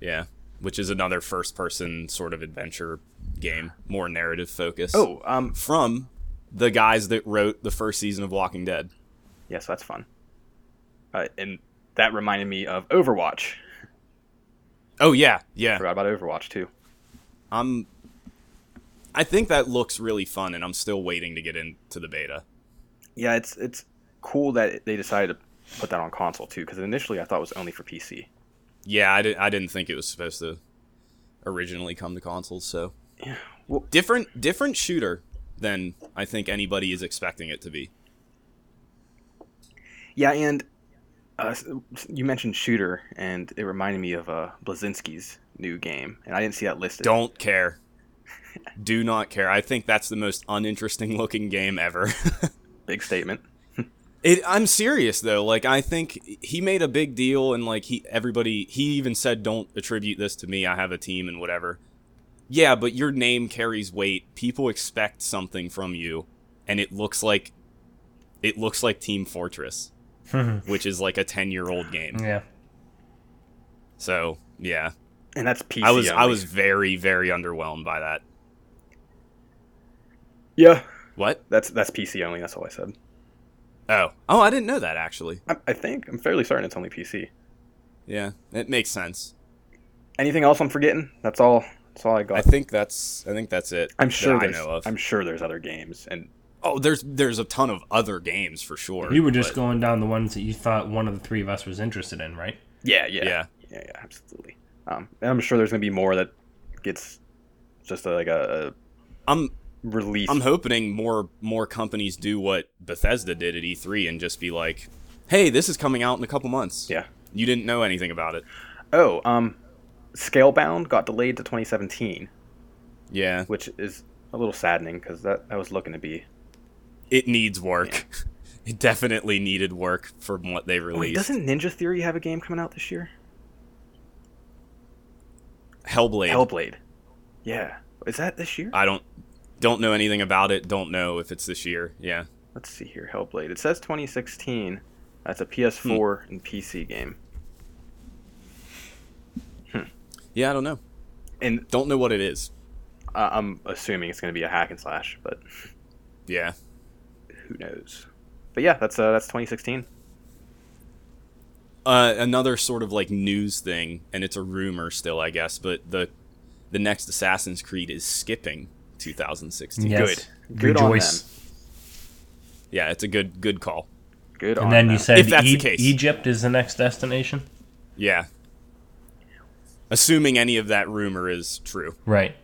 [SPEAKER 3] Yeah. Which is another first person sort of adventure game, more narrative focused.
[SPEAKER 1] Oh, um,
[SPEAKER 3] From the guys that wrote the first season of Walking Dead.
[SPEAKER 1] yeah, so that's fun. Uh, and that reminded me of Overwatch.
[SPEAKER 3] Oh yeah, yeah.
[SPEAKER 1] Forgot about Overwatch too.
[SPEAKER 3] I'm I think that looks really fun and I'm still waiting to get into the beta.
[SPEAKER 1] Yeah, it's it's cool that they decided to put that on console too, because initially I thought it was only for PC.
[SPEAKER 3] Yeah, I didn't I didn't think it was supposed to originally come to consoles, so
[SPEAKER 1] Yeah. Well,
[SPEAKER 3] different different shooter than I think anybody is expecting it to be.
[SPEAKER 1] Yeah, and uh, s- you mentioned shooter, and it reminded me of uh, Blazinski's new game, and I didn't see that listed.
[SPEAKER 3] Don't care. Do not care. I think that's the most uninteresting looking game ever.
[SPEAKER 1] Big statement.
[SPEAKER 3] It, I'm serious though. Like I think he made a big deal, and like he, everybody, he even said, "Don't attribute this to me. I have a team and whatever." Yeah, but your name carries weight. People expect something from you, and it looks like, it looks like Team Fortress, which is like a ten-year-old game.
[SPEAKER 2] yeah,
[SPEAKER 3] So yeah,
[SPEAKER 1] And that's PC.
[SPEAKER 3] I was I
[SPEAKER 1] only.
[SPEAKER 3] was very very underwhelmed by that.
[SPEAKER 1] Yeah,
[SPEAKER 3] What?
[SPEAKER 1] that's that's PC only. That's all I said.
[SPEAKER 3] Oh, oh, I didn't know that actually.
[SPEAKER 1] I, I think I'm fairly certain it's only PC.
[SPEAKER 3] Yeah, it makes sense.
[SPEAKER 1] Anything else I'm forgetting? That's all. That's all I got.
[SPEAKER 3] I think that's I think that's it.
[SPEAKER 1] am
[SPEAKER 3] that
[SPEAKER 1] sure
[SPEAKER 3] I
[SPEAKER 1] there's.
[SPEAKER 3] know of.
[SPEAKER 1] I'm sure there's other games, and
[SPEAKER 3] Oh, there's there's a ton of other games for sure.
[SPEAKER 2] you were just
[SPEAKER 3] but-
[SPEAKER 2] going down the ones that you thought one of the three of us was interested in, right?
[SPEAKER 1] yeah, yeah,
[SPEAKER 3] yeah.
[SPEAKER 1] yeah, yeah, absolutely. Um, and I'm sure there's gonna be more that gets just a, like a,
[SPEAKER 3] I'm
[SPEAKER 1] a release.
[SPEAKER 3] I'm hoping more more companies do what Bethesda did at E3 and just be like, "Hey, this is coming out in a couple months.
[SPEAKER 1] yeah.
[SPEAKER 3] You didn't know anything about it."
[SPEAKER 1] Oh, um, Scalebound got delayed to 2017.
[SPEAKER 3] Yeah,
[SPEAKER 1] which is a little saddening because that, that was looking to be.
[SPEAKER 3] it needs work. it definitely needed work from what they
[SPEAKER 1] Wait,
[SPEAKER 3] released.
[SPEAKER 1] doesn't Ninja Theory have a game coming out this year?
[SPEAKER 3] Hellblade.
[SPEAKER 1] Hellblade. Yeah. Is that this year?
[SPEAKER 3] I don't don't know anything about it. Don't know if it's this year. Yeah.
[SPEAKER 1] Let's see here. Hellblade. It says 2016. That's a PS4 and PC game.
[SPEAKER 3] Yeah, I don't know.
[SPEAKER 1] and
[SPEAKER 3] Don't know what it is.
[SPEAKER 1] uh, I'm assuming it's going to be a hack and slash, but
[SPEAKER 3] Yeah.
[SPEAKER 1] who knows? But yeah, that's uh, that's 2016.
[SPEAKER 3] Uh, another sort of like news thing, and it's a rumor still, I guess, but the the next Assassin's Creed is skipping 2016.
[SPEAKER 2] Yes.
[SPEAKER 1] Good, good on
[SPEAKER 2] Rejoice.
[SPEAKER 1] them.
[SPEAKER 3] Yeah, it's a good good call.
[SPEAKER 1] Good on
[SPEAKER 2] And then
[SPEAKER 1] them.
[SPEAKER 2] you said
[SPEAKER 3] If that's
[SPEAKER 2] E-
[SPEAKER 3] the case.
[SPEAKER 2] Egypt is the next destination.
[SPEAKER 3] Yeah. Assuming any of that rumor is true.
[SPEAKER 2] Right.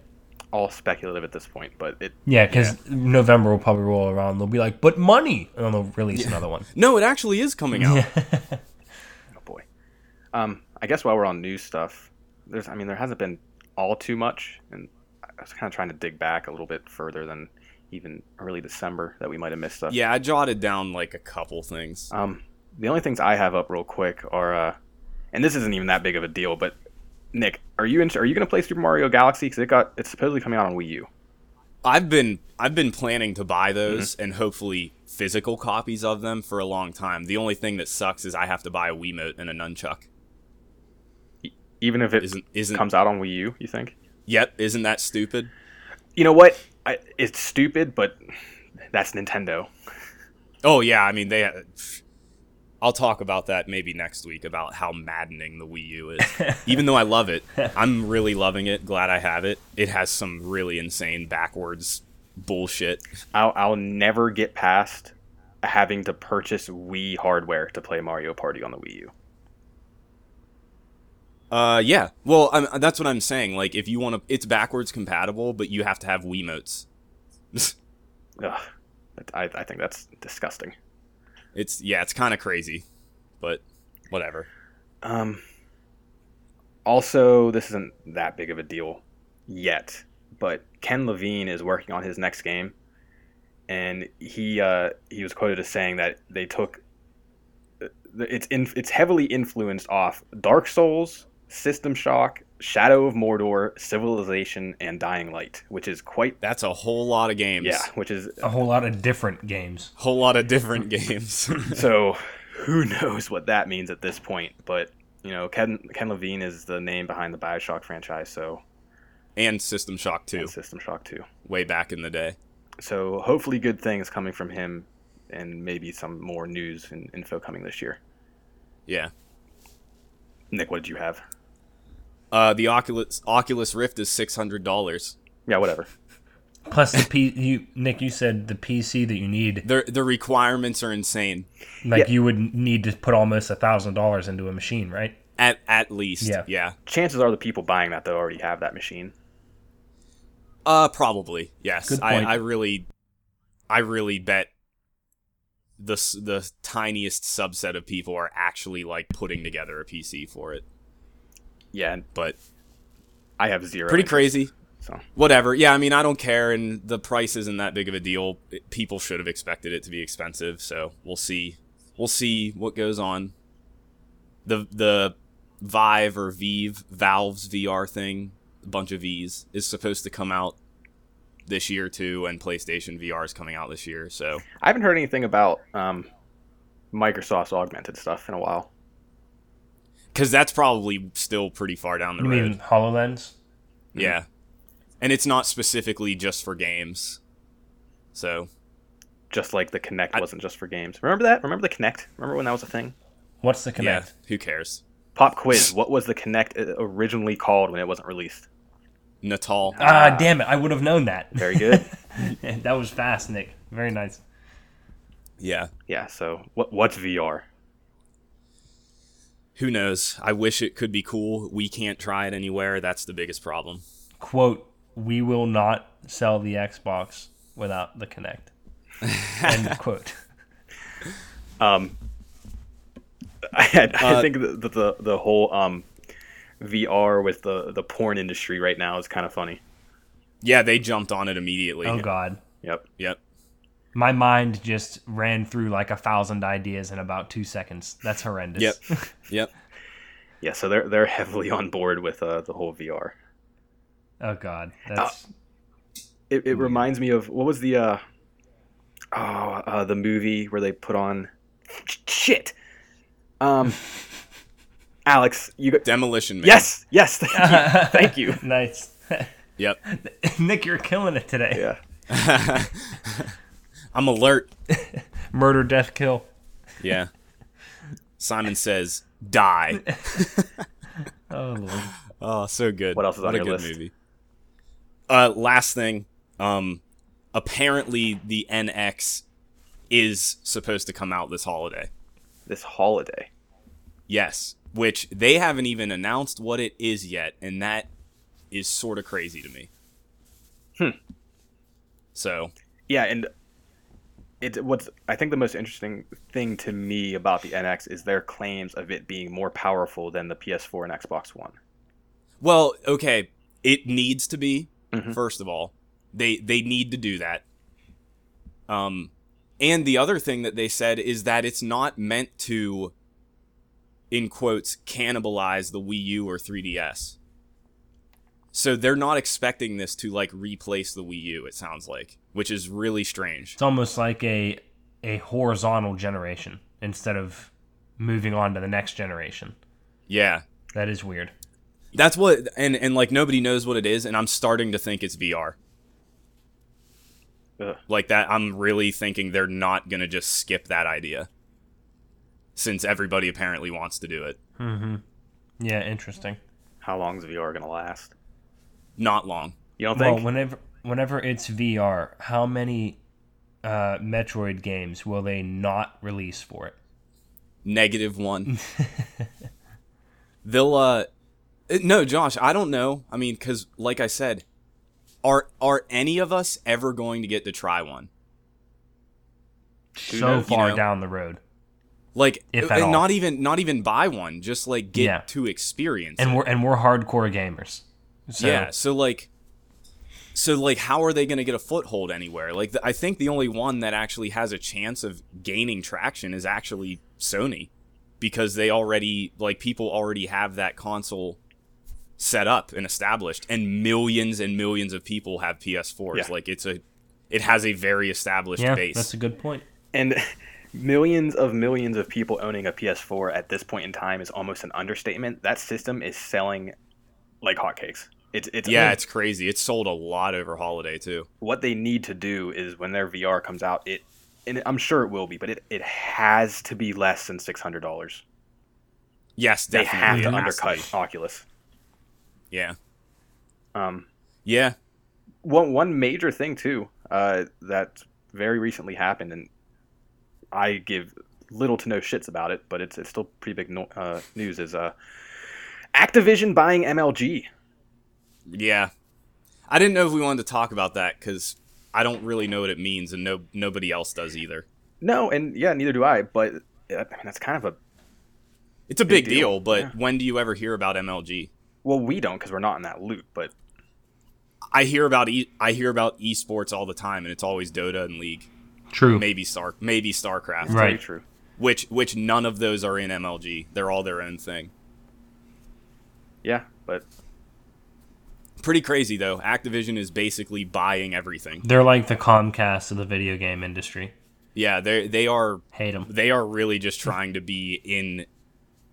[SPEAKER 1] all speculative at this point, but it
[SPEAKER 2] Yeah, because November will probably roll around. They'll be like, but money. And then they'll release another one.
[SPEAKER 3] No, it actually is coming out.
[SPEAKER 1] oh boy. Um, I guess while we're on news stuff, there's I mean there hasn't been all too much, and I was kind of trying to dig back a little bit further than even early December that we might have missed stuff.
[SPEAKER 3] Yeah, I jotted down like a couple things.
[SPEAKER 1] Um, the only things I have up real quick are, uh, and this isn't even that big of a deal, but Nick, are you in, are you gonna play Super Mario Galaxy? Because it got it's supposedly coming out on Wii U.
[SPEAKER 3] I've been I've been planning to buy those and hopefully physical copies of them for a long time. The only thing that sucks is I have to buy a Wiimote and a nunchuck.
[SPEAKER 1] Even if it
[SPEAKER 3] Isn't isn't
[SPEAKER 1] comes out on Wii U, you think?
[SPEAKER 3] Yep, isn't that stupid?
[SPEAKER 1] You know what? I, it's stupid, but that's Nintendo.
[SPEAKER 3] Oh yeah, I mean they I'll talk about that maybe next week about how maddening the Wii U is. Even though I love it, I'm really loving it. Glad I have it. It has some really insane backwards bullshit.
[SPEAKER 1] I'll, I'll never get past having to purchase Wii hardware to play Mario Party on the Wii U.
[SPEAKER 3] Uh, yeah. Well, I'm, that's what I'm saying. Like, if you want to, it's backwards compatible, but you have to have Wiimotes.
[SPEAKER 1] Ugh, That- I, I think that's disgusting.
[SPEAKER 3] It's yeah, it's kind of crazy, but whatever.
[SPEAKER 1] Um, also, this isn't that big of a deal yet, but Ken Levine is working on his next game, and he uh, he was quoted as saying that they took uh, it's in, it's heavily influenced off Dark Souls, System Shock, Shadow of Mordor, Civilization, and Dying Light, which is quite
[SPEAKER 3] That's a whole lot of games.
[SPEAKER 1] yeah, which is
[SPEAKER 2] A whole lot of different games.
[SPEAKER 3] whole lot of different games.
[SPEAKER 1] so who knows what that means at this point, but. You know, Ken, Ken Levine is the name behind the Bioshock franchise, so
[SPEAKER 3] and System Shock 2,
[SPEAKER 1] and System Shock 2.
[SPEAKER 3] way back in the day.
[SPEAKER 1] So hopefully good things coming from him and maybe some more news and info coming this year.
[SPEAKER 3] Yeah.
[SPEAKER 1] Nick, what did you have?
[SPEAKER 3] Uh, the Oculus Oculus Rift is six hundred dollars.
[SPEAKER 1] Yeah, whatever.
[SPEAKER 2] Plus the P. You Nick, you said the PC that you need,
[SPEAKER 3] Their the requirements are insane.
[SPEAKER 2] like
[SPEAKER 1] Yeah.
[SPEAKER 2] you would need to put almost a thousand dollars into a machine, right?
[SPEAKER 3] At at least.
[SPEAKER 2] Yeah.
[SPEAKER 3] Yeah.
[SPEAKER 1] Chances are the people buying that though already have that machine.
[SPEAKER 3] Uh, probably yes.
[SPEAKER 2] Good
[SPEAKER 3] I,
[SPEAKER 2] point.
[SPEAKER 3] I really, I really bet the s- the tiniest subset of people are actually like putting together a PC for it.
[SPEAKER 1] Yeah, and
[SPEAKER 3] But
[SPEAKER 1] I have zero.
[SPEAKER 3] pretty
[SPEAKER 1] interest,
[SPEAKER 3] crazy.
[SPEAKER 1] So
[SPEAKER 3] Whatever. Yeah, I mean, I don't care, and the price isn't that big of a deal. It- People should have expected it to be expensive, so we'll see. We'll see what goes on. The the Vive or Vive Valve's VR thing, a bunch of V's, is supposed to come out this year too, and PlayStation VR is coming out this year. So
[SPEAKER 1] I haven't heard anything about um, Microsoft's augmented stuff in a while.
[SPEAKER 3] because that's probably still pretty far down the
[SPEAKER 2] You
[SPEAKER 3] road.
[SPEAKER 2] mean Hololens?
[SPEAKER 3] Yeah, and it's not specifically just for games. So
[SPEAKER 1] Just like the Kinect
[SPEAKER 3] I-
[SPEAKER 1] wasn't just for games. Remember that? Remember the Kinect? Remember when that was a thing?
[SPEAKER 2] What's the connect?
[SPEAKER 3] yeah, who cares?
[SPEAKER 1] Pop quiz. What was the Kinect uh, originally called when it wasn't released?
[SPEAKER 3] Natal.
[SPEAKER 2] Ah, damn it! I would have known that.
[SPEAKER 1] Very good.
[SPEAKER 2] that was fast, Nick. Very nice.
[SPEAKER 3] Yeah.
[SPEAKER 1] yeah. So what? What's VR?
[SPEAKER 3] Who knows? I wish it could be cool. We can't try it anywhere. That's the biggest problem.
[SPEAKER 2] Quote: We will not sell the Xbox without the connect. End quote.
[SPEAKER 1] Um, I, I
[SPEAKER 3] Uh,
[SPEAKER 1] think the, the- the the whole um, VR with the the porn industry right now is kind of funny.
[SPEAKER 3] Yeah, they jumped on it immediately.
[SPEAKER 2] Oh God.
[SPEAKER 1] Yep.
[SPEAKER 3] Yep.
[SPEAKER 2] My mind just ran through like a thousand ideas in about two seconds. That's horrendous.
[SPEAKER 3] Yep. Yep.
[SPEAKER 1] Yeah. So they're they're heavily on board with uh, the whole VR.
[SPEAKER 2] oh God. That's
[SPEAKER 1] It, it reminds me of what was the uh, oh uh, the movie where they put on shit. Um, Alex, you got
[SPEAKER 3] Demolition Man.
[SPEAKER 1] yes, yes. Thank you. Thank you.
[SPEAKER 2] nice.
[SPEAKER 3] Yep.
[SPEAKER 2] Nick, you're killing it today.
[SPEAKER 1] Yeah.
[SPEAKER 3] I'm alert.
[SPEAKER 2] Murder, death, kill.
[SPEAKER 3] Yeah. Simon says, "Die."
[SPEAKER 2] Oh, Lord.
[SPEAKER 3] Oh, so good.
[SPEAKER 1] What else is on
[SPEAKER 3] a
[SPEAKER 1] your
[SPEAKER 3] good
[SPEAKER 1] list?
[SPEAKER 3] Movie. Uh, last thing. Um, apparently the NX is supposed to come out this holiday.
[SPEAKER 1] This holiday.
[SPEAKER 3] Yes, which they haven't even announced what it is yet, and that is sort of crazy to me.
[SPEAKER 1] Hmm.
[SPEAKER 3] So
[SPEAKER 1] Yeah, and it what's I think the most interesting thing to me about the NX is their claims of it being more powerful than the PS4 and Xbox One.
[SPEAKER 3] Well, okay, it needs to be
[SPEAKER 1] Mhm.
[SPEAKER 3] first of all. They they need to do that. Um and the other thing that they said is that it's not meant to in quotes cannibalize the Wii U or 3DS. So they're not expecting this to like replace the Wii U it sounds like, which is really strange.
[SPEAKER 2] It's almost like a a horizontal generation instead of moving on to the next generation.
[SPEAKER 3] Yeah.
[SPEAKER 2] That is weird.
[SPEAKER 3] That's what and and like nobody knows what it is and I'm starting to think it's VR.
[SPEAKER 1] Ugh.
[SPEAKER 3] like that i'm really thinking they're not going to just skip that idea since everybody apparently wants to do it
[SPEAKER 2] Mm-hmm. Yeah, interesting.
[SPEAKER 1] How long is VR gonna last?
[SPEAKER 3] not long
[SPEAKER 1] You don't
[SPEAKER 2] Well,
[SPEAKER 1] think?
[SPEAKER 2] whenever whenever it's VR, how many uh, Metroid games will they not release for it?
[SPEAKER 3] negative one they'll uh eh, no josh i don't know i mean because like i said are are any of us ever going to get to try one
[SPEAKER 1] Who
[SPEAKER 2] so
[SPEAKER 1] knows,
[SPEAKER 3] you
[SPEAKER 2] far
[SPEAKER 3] know?
[SPEAKER 2] down the road,
[SPEAKER 3] like
[SPEAKER 2] If
[SPEAKER 3] eh,
[SPEAKER 2] at all.
[SPEAKER 3] not even not even buy one just like get
[SPEAKER 2] Yeah.
[SPEAKER 3] to experience it.
[SPEAKER 2] and we're and we're hardcore gamers. So,
[SPEAKER 3] Yeah. So like, so like, how are they going to get a foothold anywhere? Like, the, I think the only one that actually has a chance of gaining traction is actually Sony, because they already like people already have that console set up and established, and millions and millions of people have PS4s.
[SPEAKER 1] Yeah.
[SPEAKER 3] Like, it's a, it has a very established
[SPEAKER 2] yeah,
[SPEAKER 3] base.
[SPEAKER 2] that's a good point.
[SPEAKER 1] and millions of millions of people owning a PS4 at this point in time is almost an understatement. That system is selling like hotcakes. It's it's
[SPEAKER 3] yeah, it's crazy. It sold a lot over holiday too.
[SPEAKER 1] what they need to do is when their VR comes out, it and I'm sure it will be, but it, it has to be less than six hundred dollars.
[SPEAKER 3] Yes,
[SPEAKER 1] They
[SPEAKER 3] definitely.
[SPEAKER 1] have to
[SPEAKER 3] it has
[SPEAKER 1] undercut
[SPEAKER 3] be.
[SPEAKER 1] Oculus.
[SPEAKER 3] Yeah.
[SPEAKER 1] Um,
[SPEAKER 3] Yeah.
[SPEAKER 1] one one major thing too uh, that very recently happened, and I give little to no shits about it, but it's it's still pretty big no- uh, news. Is uh, Activision buying MLG?
[SPEAKER 3] Yeah. I didn't know if we wanted to talk about that because I don't really know what it means, and no nobody else does either.
[SPEAKER 1] No, and yeah, neither do I. But uh, I mean, that's kind of a
[SPEAKER 3] It's a big,
[SPEAKER 1] deal,
[SPEAKER 3] deal, but
[SPEAKER 1] yeah.
[SPEAKER 3] when do you ever hear about MLG?
[SPEAKER 1] well, we don't because we're not in that loop. But
[SPEAKER 3] I hear about e- I hear about esports all the time, and it's always Dota and League,
[SPEAKER 2] True.
[SPEAKER 3] maybe Star, maybe StarCraft,
[SPEAKER 1] it's very
[SPEAKER 2] Right.
[SPEAKER 1] true.
[SPEAKER 3] which which none of those are in MLG. They're all their own thing.
[SPEAKER 1] Yeah, but
[SPEAKER 3] Pretty crazy though. Activision is basically buying everything.
[SPEAKER 2] They're like the Comcast of the video game industry.
[SPEAKER 3] Yeah, they they are
[SPEAKER 2] Hate them.
[SPEAKER 3] they are really just trying to be in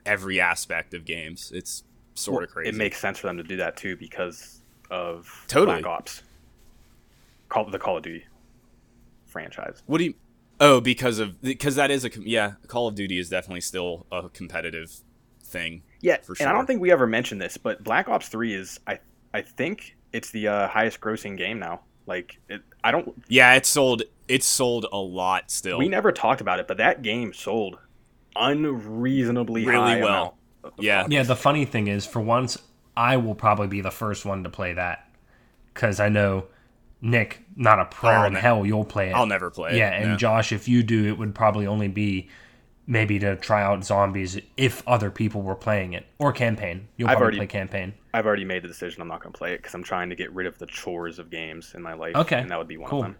[SPEAKER 3] every aspect of games. It's sort of crazy.
[SPEAKER 1] it makes sense for them to do that too because of
[SPEAKER 3] Totally.
[SPEAKER 1] Black Ops, Call the Call of Duty franchise.
[SPEAKER 3] What do you? Oh, because of because that is a com- yeah. Call of Duty is definitely still a competitive thing.
[SPEAKER 1] Yeah,
[SPEAKER 3] For
[SPEAKER 1] and I
[SPEAKER 3] sure.
[SPEAKER 1] don't think we ever mentioned this, but Black Ops Three is I I think it's the uh, highest grossing game now. Like it, I don't
[SPEAKER 3] Yeah, it's sold. It's sold a lot still.
[SPEAKER 1] we never talked about it, but that game sold unreasonably
[SPEAKER 3] Really
[SPEAKER 1] high
[SPEAKER 3] well.
[SPEAKER 1] amount of
[SPEAKER 3] yeah,
[SPEAKER 2] Yeah, the funny thing is, for once, I will probably be the first one to play that because I know Nick, not a
[SPEAKER 3] Oh,
[SPEAKER 2] prayer in
[SPEAKER 3] no.
[SPEAKER 2] hell, you'll play it.
[SPEAKER 3] I'll never play.
[SPEAKER 2] yeah,
[SPEAKER 3] it.
[SPEAKER 2] and Josh, if you do, it would probably only be maybe to try out zombies if other people were playing it or campaign. You'll
[SPEAKER 1] I've
[SPEAKER 2] probably
[SPEAKER 1] already-
[SPEAKER 2] play campaign.
[SPEAKER 1] I've already made the decision. I'm not going to play it because I'm trying to get rid of the chores of games in my life.
[SPEAKER 2] Okay,
[SPEAKER 1] and that would be one
[SPEAKER 2] cool.
[SPEAKER 1] of them.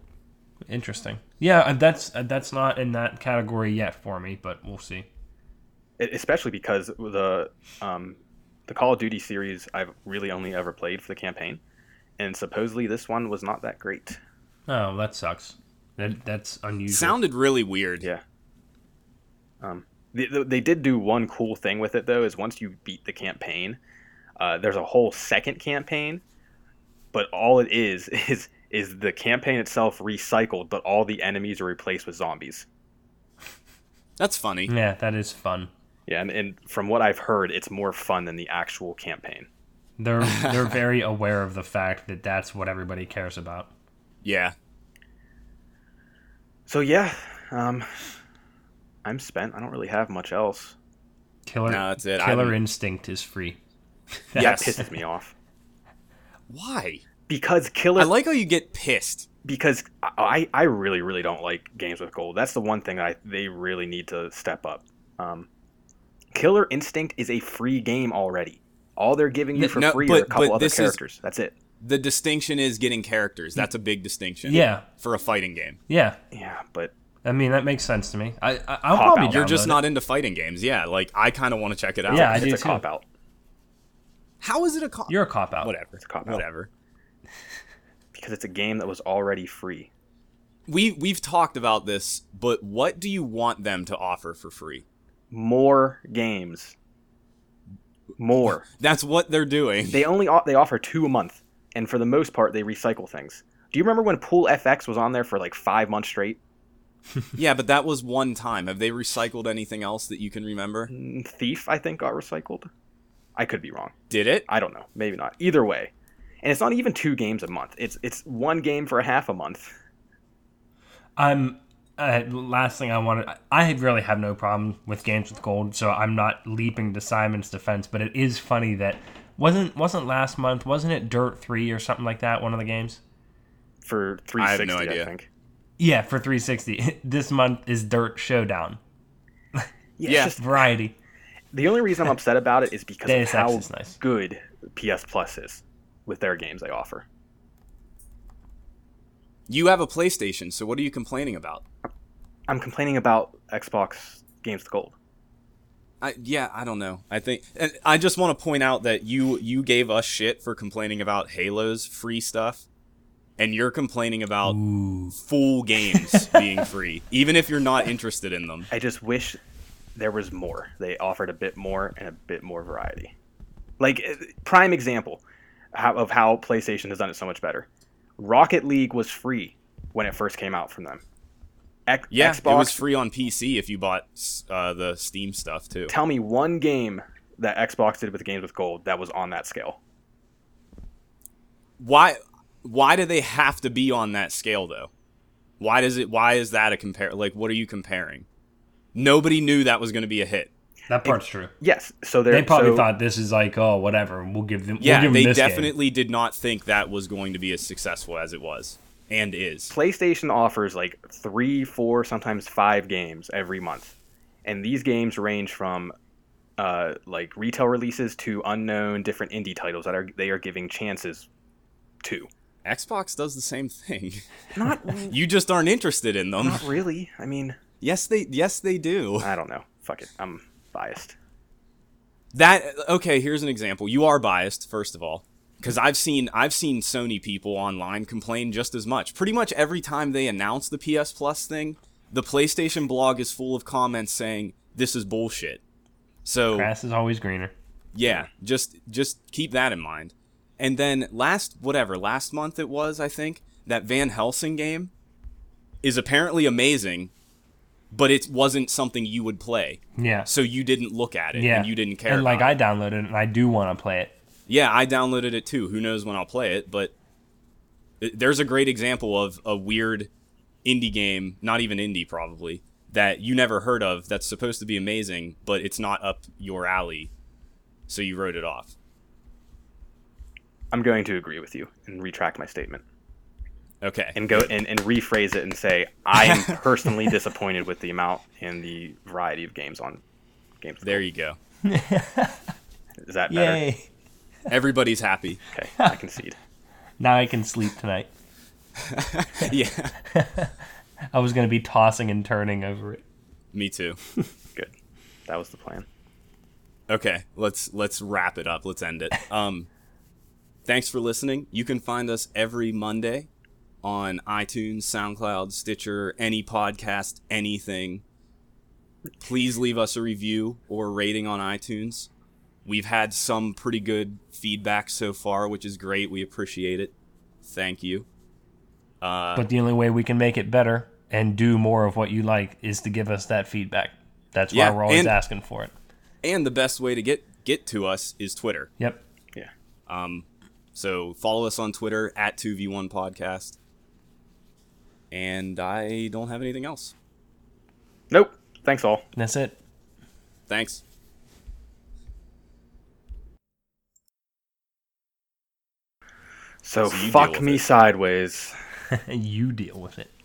[SPEAKER 2] Interesting. Yeah, uh, that's uh, that's not in that category yet for me, but we'll see.
[SPEAKER 1] E- especially because the um, the Call of Duty series I've really only ever played for the campaign, and supposedly this one was not that great.
[SPEAKER 2] Oh, that sucks. That that's unusual.
[SPEAKER 3] sounded really weird.
[SPEAKER 1] Yeah. Um, They, they did do one cool thing with it though. Is once you beat the campaign, uh, there's a whole second campaign, but all it is is is the campaign itself recycled, but all the enemies are replaced with zombies.
[SPEAKER 3] That's funny.
[SPEAKER 2] Yeah, that is fun.
[SPEAKER 1] Yeah, and, and from what I've heard, it's more fun than the actual campaign.
[SPEAKER 2] They're they're very aware of the fact that that's what everybody cares about.
[SPEAKER 3] Yeah.
[SPEAKER 1] So yeah, um, I'm spent. I don't really have much else.
[SPEAKER 2] Killer
[SPEAKER 3] No, that's it. I
[SPEAKER 2] Killer
[SPEAKER 3] haven't-
[SPEAKER 2] Instinct is free.
[SPEAKER 1] That
[SPEAKER 3] Yes.
[SPEAKER 1] pisses me off
[SPEAKER 3] Why?
[SPEAKER 1] because killer
[SPEAKER 3] I like how you get pissed.
[SPEAKER 1] because I, I really really don't like games with gold. That's the one thing I they really need to step up. Um, Killer Instinct is a free game already. All they're giving you
[SPEAKER 3] N-
[SPEAKER 1] for
[SPEAKER 3] no,
[SPEAKER 1] free
[SPEAKER 3] but-
[SPEAKER 1] are a couple
[SPEAKER 3] but
[SPEAKER 1] other
[SPEAKER 3] this is-
[SPEAKER 1] characters. That's it.
[SPEAKER 3] The distinction is getting characters. That's a big distinction.
[SPEAKER 2] Yeah.
[SPEAKER 3] For a fighting game.
[SPEAKER 2] Yeah,
[SPEAKER 1] Yeah, but
[SPEAKER 2] I mean that makes sense to me. I, I I'll
[SPEAKER 1] Cop
[SPEAKER 2] probably
[SPEAKER 1] out.
[SPEAKER 3] You're just
[SPEAKER 2] download
[SPEAKER 3] not into fighting games. Yeah. Like I kind of want to check it out.
[SPEAKER 2] Yeah, I
[SPEAKER 1] it's
[SPEAKER 2] do
[SPEAKER 1] a
[SPEAKER 2] too.
[SPEAKER 1] cop out.
[SPEAKER 3] How is it a cop?
[SPEAKER 2] it. You're a cop out.
[SPEAKER 3] whatever.
[SPEAKER 1] a cop out.
[SPEAKER 3] whatever.
[SPEAKER 1] because it's a game that was already free.
[SPEAKER 3] We we've talked about this, but what do you want them to offer for free?
[SPEAKER 1] More games. More.
[SPEAKER 3] That's what they're doing.
[SPEAKER 1] They only o- they offer two a month, and for the most part, they recycle things. Do you remember when Pool FX was on there for like five months straight?
[SPEAKER 3] yeah, but that was one time. Have they recycled anything else that you can remember?
[SPEAKER 1] Mm, Thief, I think, got recycled. I could be wrong.
[SPEAKER 3] Did it?
[SPEAKER 1] I don't know. Maybe not. Either way, and it's not even two games a month. It's it's one game for a half a month.
[SPEAKER 2] I'm. Uh, last thing I wanted, I really have no problem with games with gold, so I'm not leaping to Simon's defense. But it is funny that wasn't wasn't last month, wasn't it Dirt Three or something like that? One of the games.
[SPEAKER 1] For three
[SPEAKER 3] I have no
[SPEAKER 1] sixty, I,
[SPEAKER 3] idea.
[SPEAKER 1] think.
[SPEAKER 2] Yeah, for 360. this month is Dirt Showdown
[SPEAKER 1] Yeah,
[SPEAKER 3] Yeah.
[SPEAKER 1] It's just,
[SPEAKER 2] variety.
[SPEAKER 1] the only reason I'm upset about it is because of
[SPEAKER 2] Deus Ex
[SPEAKER 1] how
[SPEAKER 2] is nice.
[SPEAKER 1] good PS Plus is with their games they offer.
[SPEAKER 3] You have a PlayStation, so what are you complaining about?
[SPEAKER 1] I'm complaining about Xbox Games with Gold.
[SPEAKER 3] I, yeah, I don't know. I think and I just want to point out that you you gave us shit for complaining about Halo's free stuff, and you're complaining about
[SPEAKER 2] Ooh,
[SPEAKER 3] full games being free, even if you're not interested in them.
[SPEAKER 1] I just wish there was more. They offered a bit more and a bit more variety. Like eh, prime example how, of how PlayStation has done it so much better. Rocket League was free when it first came out from them. X-
[SPEAKER 3] Yeah,
[SPEAKER 1] Xbox,
[SPEAKER 3] it was free on PC if you bought uh, the Steam stuff too.
[SPEAKER 1] tell me one game that Xbox did with Games with Gold that was on that scale.
[SPEAKER 3] Why why do they have to be on that scale though? Why does it why is that a compare like what are you comparing? Nobody knew that was going to be a hit.
[SPEAKER 2] that part's true.
[SPEAKER 1] Yes, so they're,
[SPEAKER 2] They probably
[SPEAKER 1] so
[SPEAKER 2] thought this is like, oh, whatever. We'll give them.
[SPEAKER 3] Yeah,
[SPEAKER 2] we'll give them
[SPEAKER 3] they
[SPEAKER 2] this game.
[SPEAKER 3] definitely did not think that was going to be as successful as it was and is.
[SPEAKER 1] PlayStation offers like three, four, sometimes five games every month, and these games range from uh, like retail releases to unknown different indie titles that are they are giving chances to.
[SPEAKER 3] Xbox does the same thing.
[SPEAKER 1] Not
[SPEAKER 3] You just aren't interested in them.
[SPEAKER 1] not really. I mean,
[SPEAKER 3] Yes, they yes they do.
[SPEAKER 1] I don't know. Fuck it. I'm biased.
[SPEAKER 3] That okay, here's an example. You are biased first of all cuz I've seen I've seen Sony people online complain just as much. Pretty much every time they announce the PS Plus thing, the PlayStation blog is full of comments saying this is bullshit. So
[SPEAKER 2] Grass is always greener.
[SPEAKER 3] yeah, just just keep that in mind. And then last whatever, last month it was, I think, that Van Helsing game is apparently amazing, but it wasn't something you would play.
[SPEAKER 2] Yeah.
[SPEAKER 3] So you didn't look at it
[SPEAKER 2] yeah.
[SPEAKER 3] and you didn't care.
[SPEAKER 2] And like
[SPEAKER 3] about it.
[SPEAKER 2] I downloaded it and I do want to play it.
[SPEAKER 3] Yeah, I downloaded it too. Who knows when I'll play it, but th- there's a great example of a weird indie game, not even indie probably, that you never heard of that's supposed to be amazing, but it's not up your alley. So you wrote it off.
[SPEAKER 1] I'm going to agree with you and retract my statement
[SPEAKER 3] Okay.
[SPEAKER 1] and go and, and rephrase it and say I am personally disappointed with the amount and the variety of games on games.
[SPEAKER 3] There you go.
[SPEAKER 1] Is that better?
[SPEAKER 3] Everybody's happy.
[SPEAKER 1] Okay, I concede.
[SPEAKER 2] Now I can sleep tonight.
[SPEAKER 3] Yeah.
[SPEAKER 2] I was gonna be tossing and turning over it.
[SPEAKER 3] Me too.
[SPEAKER 1] Good. That was the plan.
[SPEAKER 3] Okay, let's let's wrap it up. Let's end it. Um thanks for listening. You can find us every Monday on iTunes, SoundCloud, Stitcher, any podcast, anything. please leave us a review or a rating on iTunes. We've had some pretty good feedback so far, which is great. We appreciate it. Thank you. Uh,
[SPEAKER 2] But the only way we can make it better and do more of what you like is to give us that feedback. That's why
[SPEAKER 3] Yeah,
[SPEAKER 2] we're always
[SPEAKER 3] and-
[SPEAKER 2] asking for it.
[SPEAKER 3] and the best way to get get to us is Twitter.
[SPEAKER 2] Yep.
[SPEAKER 1] Yeah.
[SPEAKER 3] Um, so follow us on Twitter at 2v1 podcast. And I don't have anything else.
[SPEAKER 1] Nope. Thanks all.
[SPEAKER 2] That's it.
[SPEAKER 3] Thanks.
[SPEAKER 1] So,
[SPEAKER 3] So you deal
[SPEAKER 1] fuck
[SPEAKER 3] with
[SPEAKER 1] me
[SPEAKER 3] it.
[SPEAKER 1] sideways.
[SPEAKER 2] you deal with it.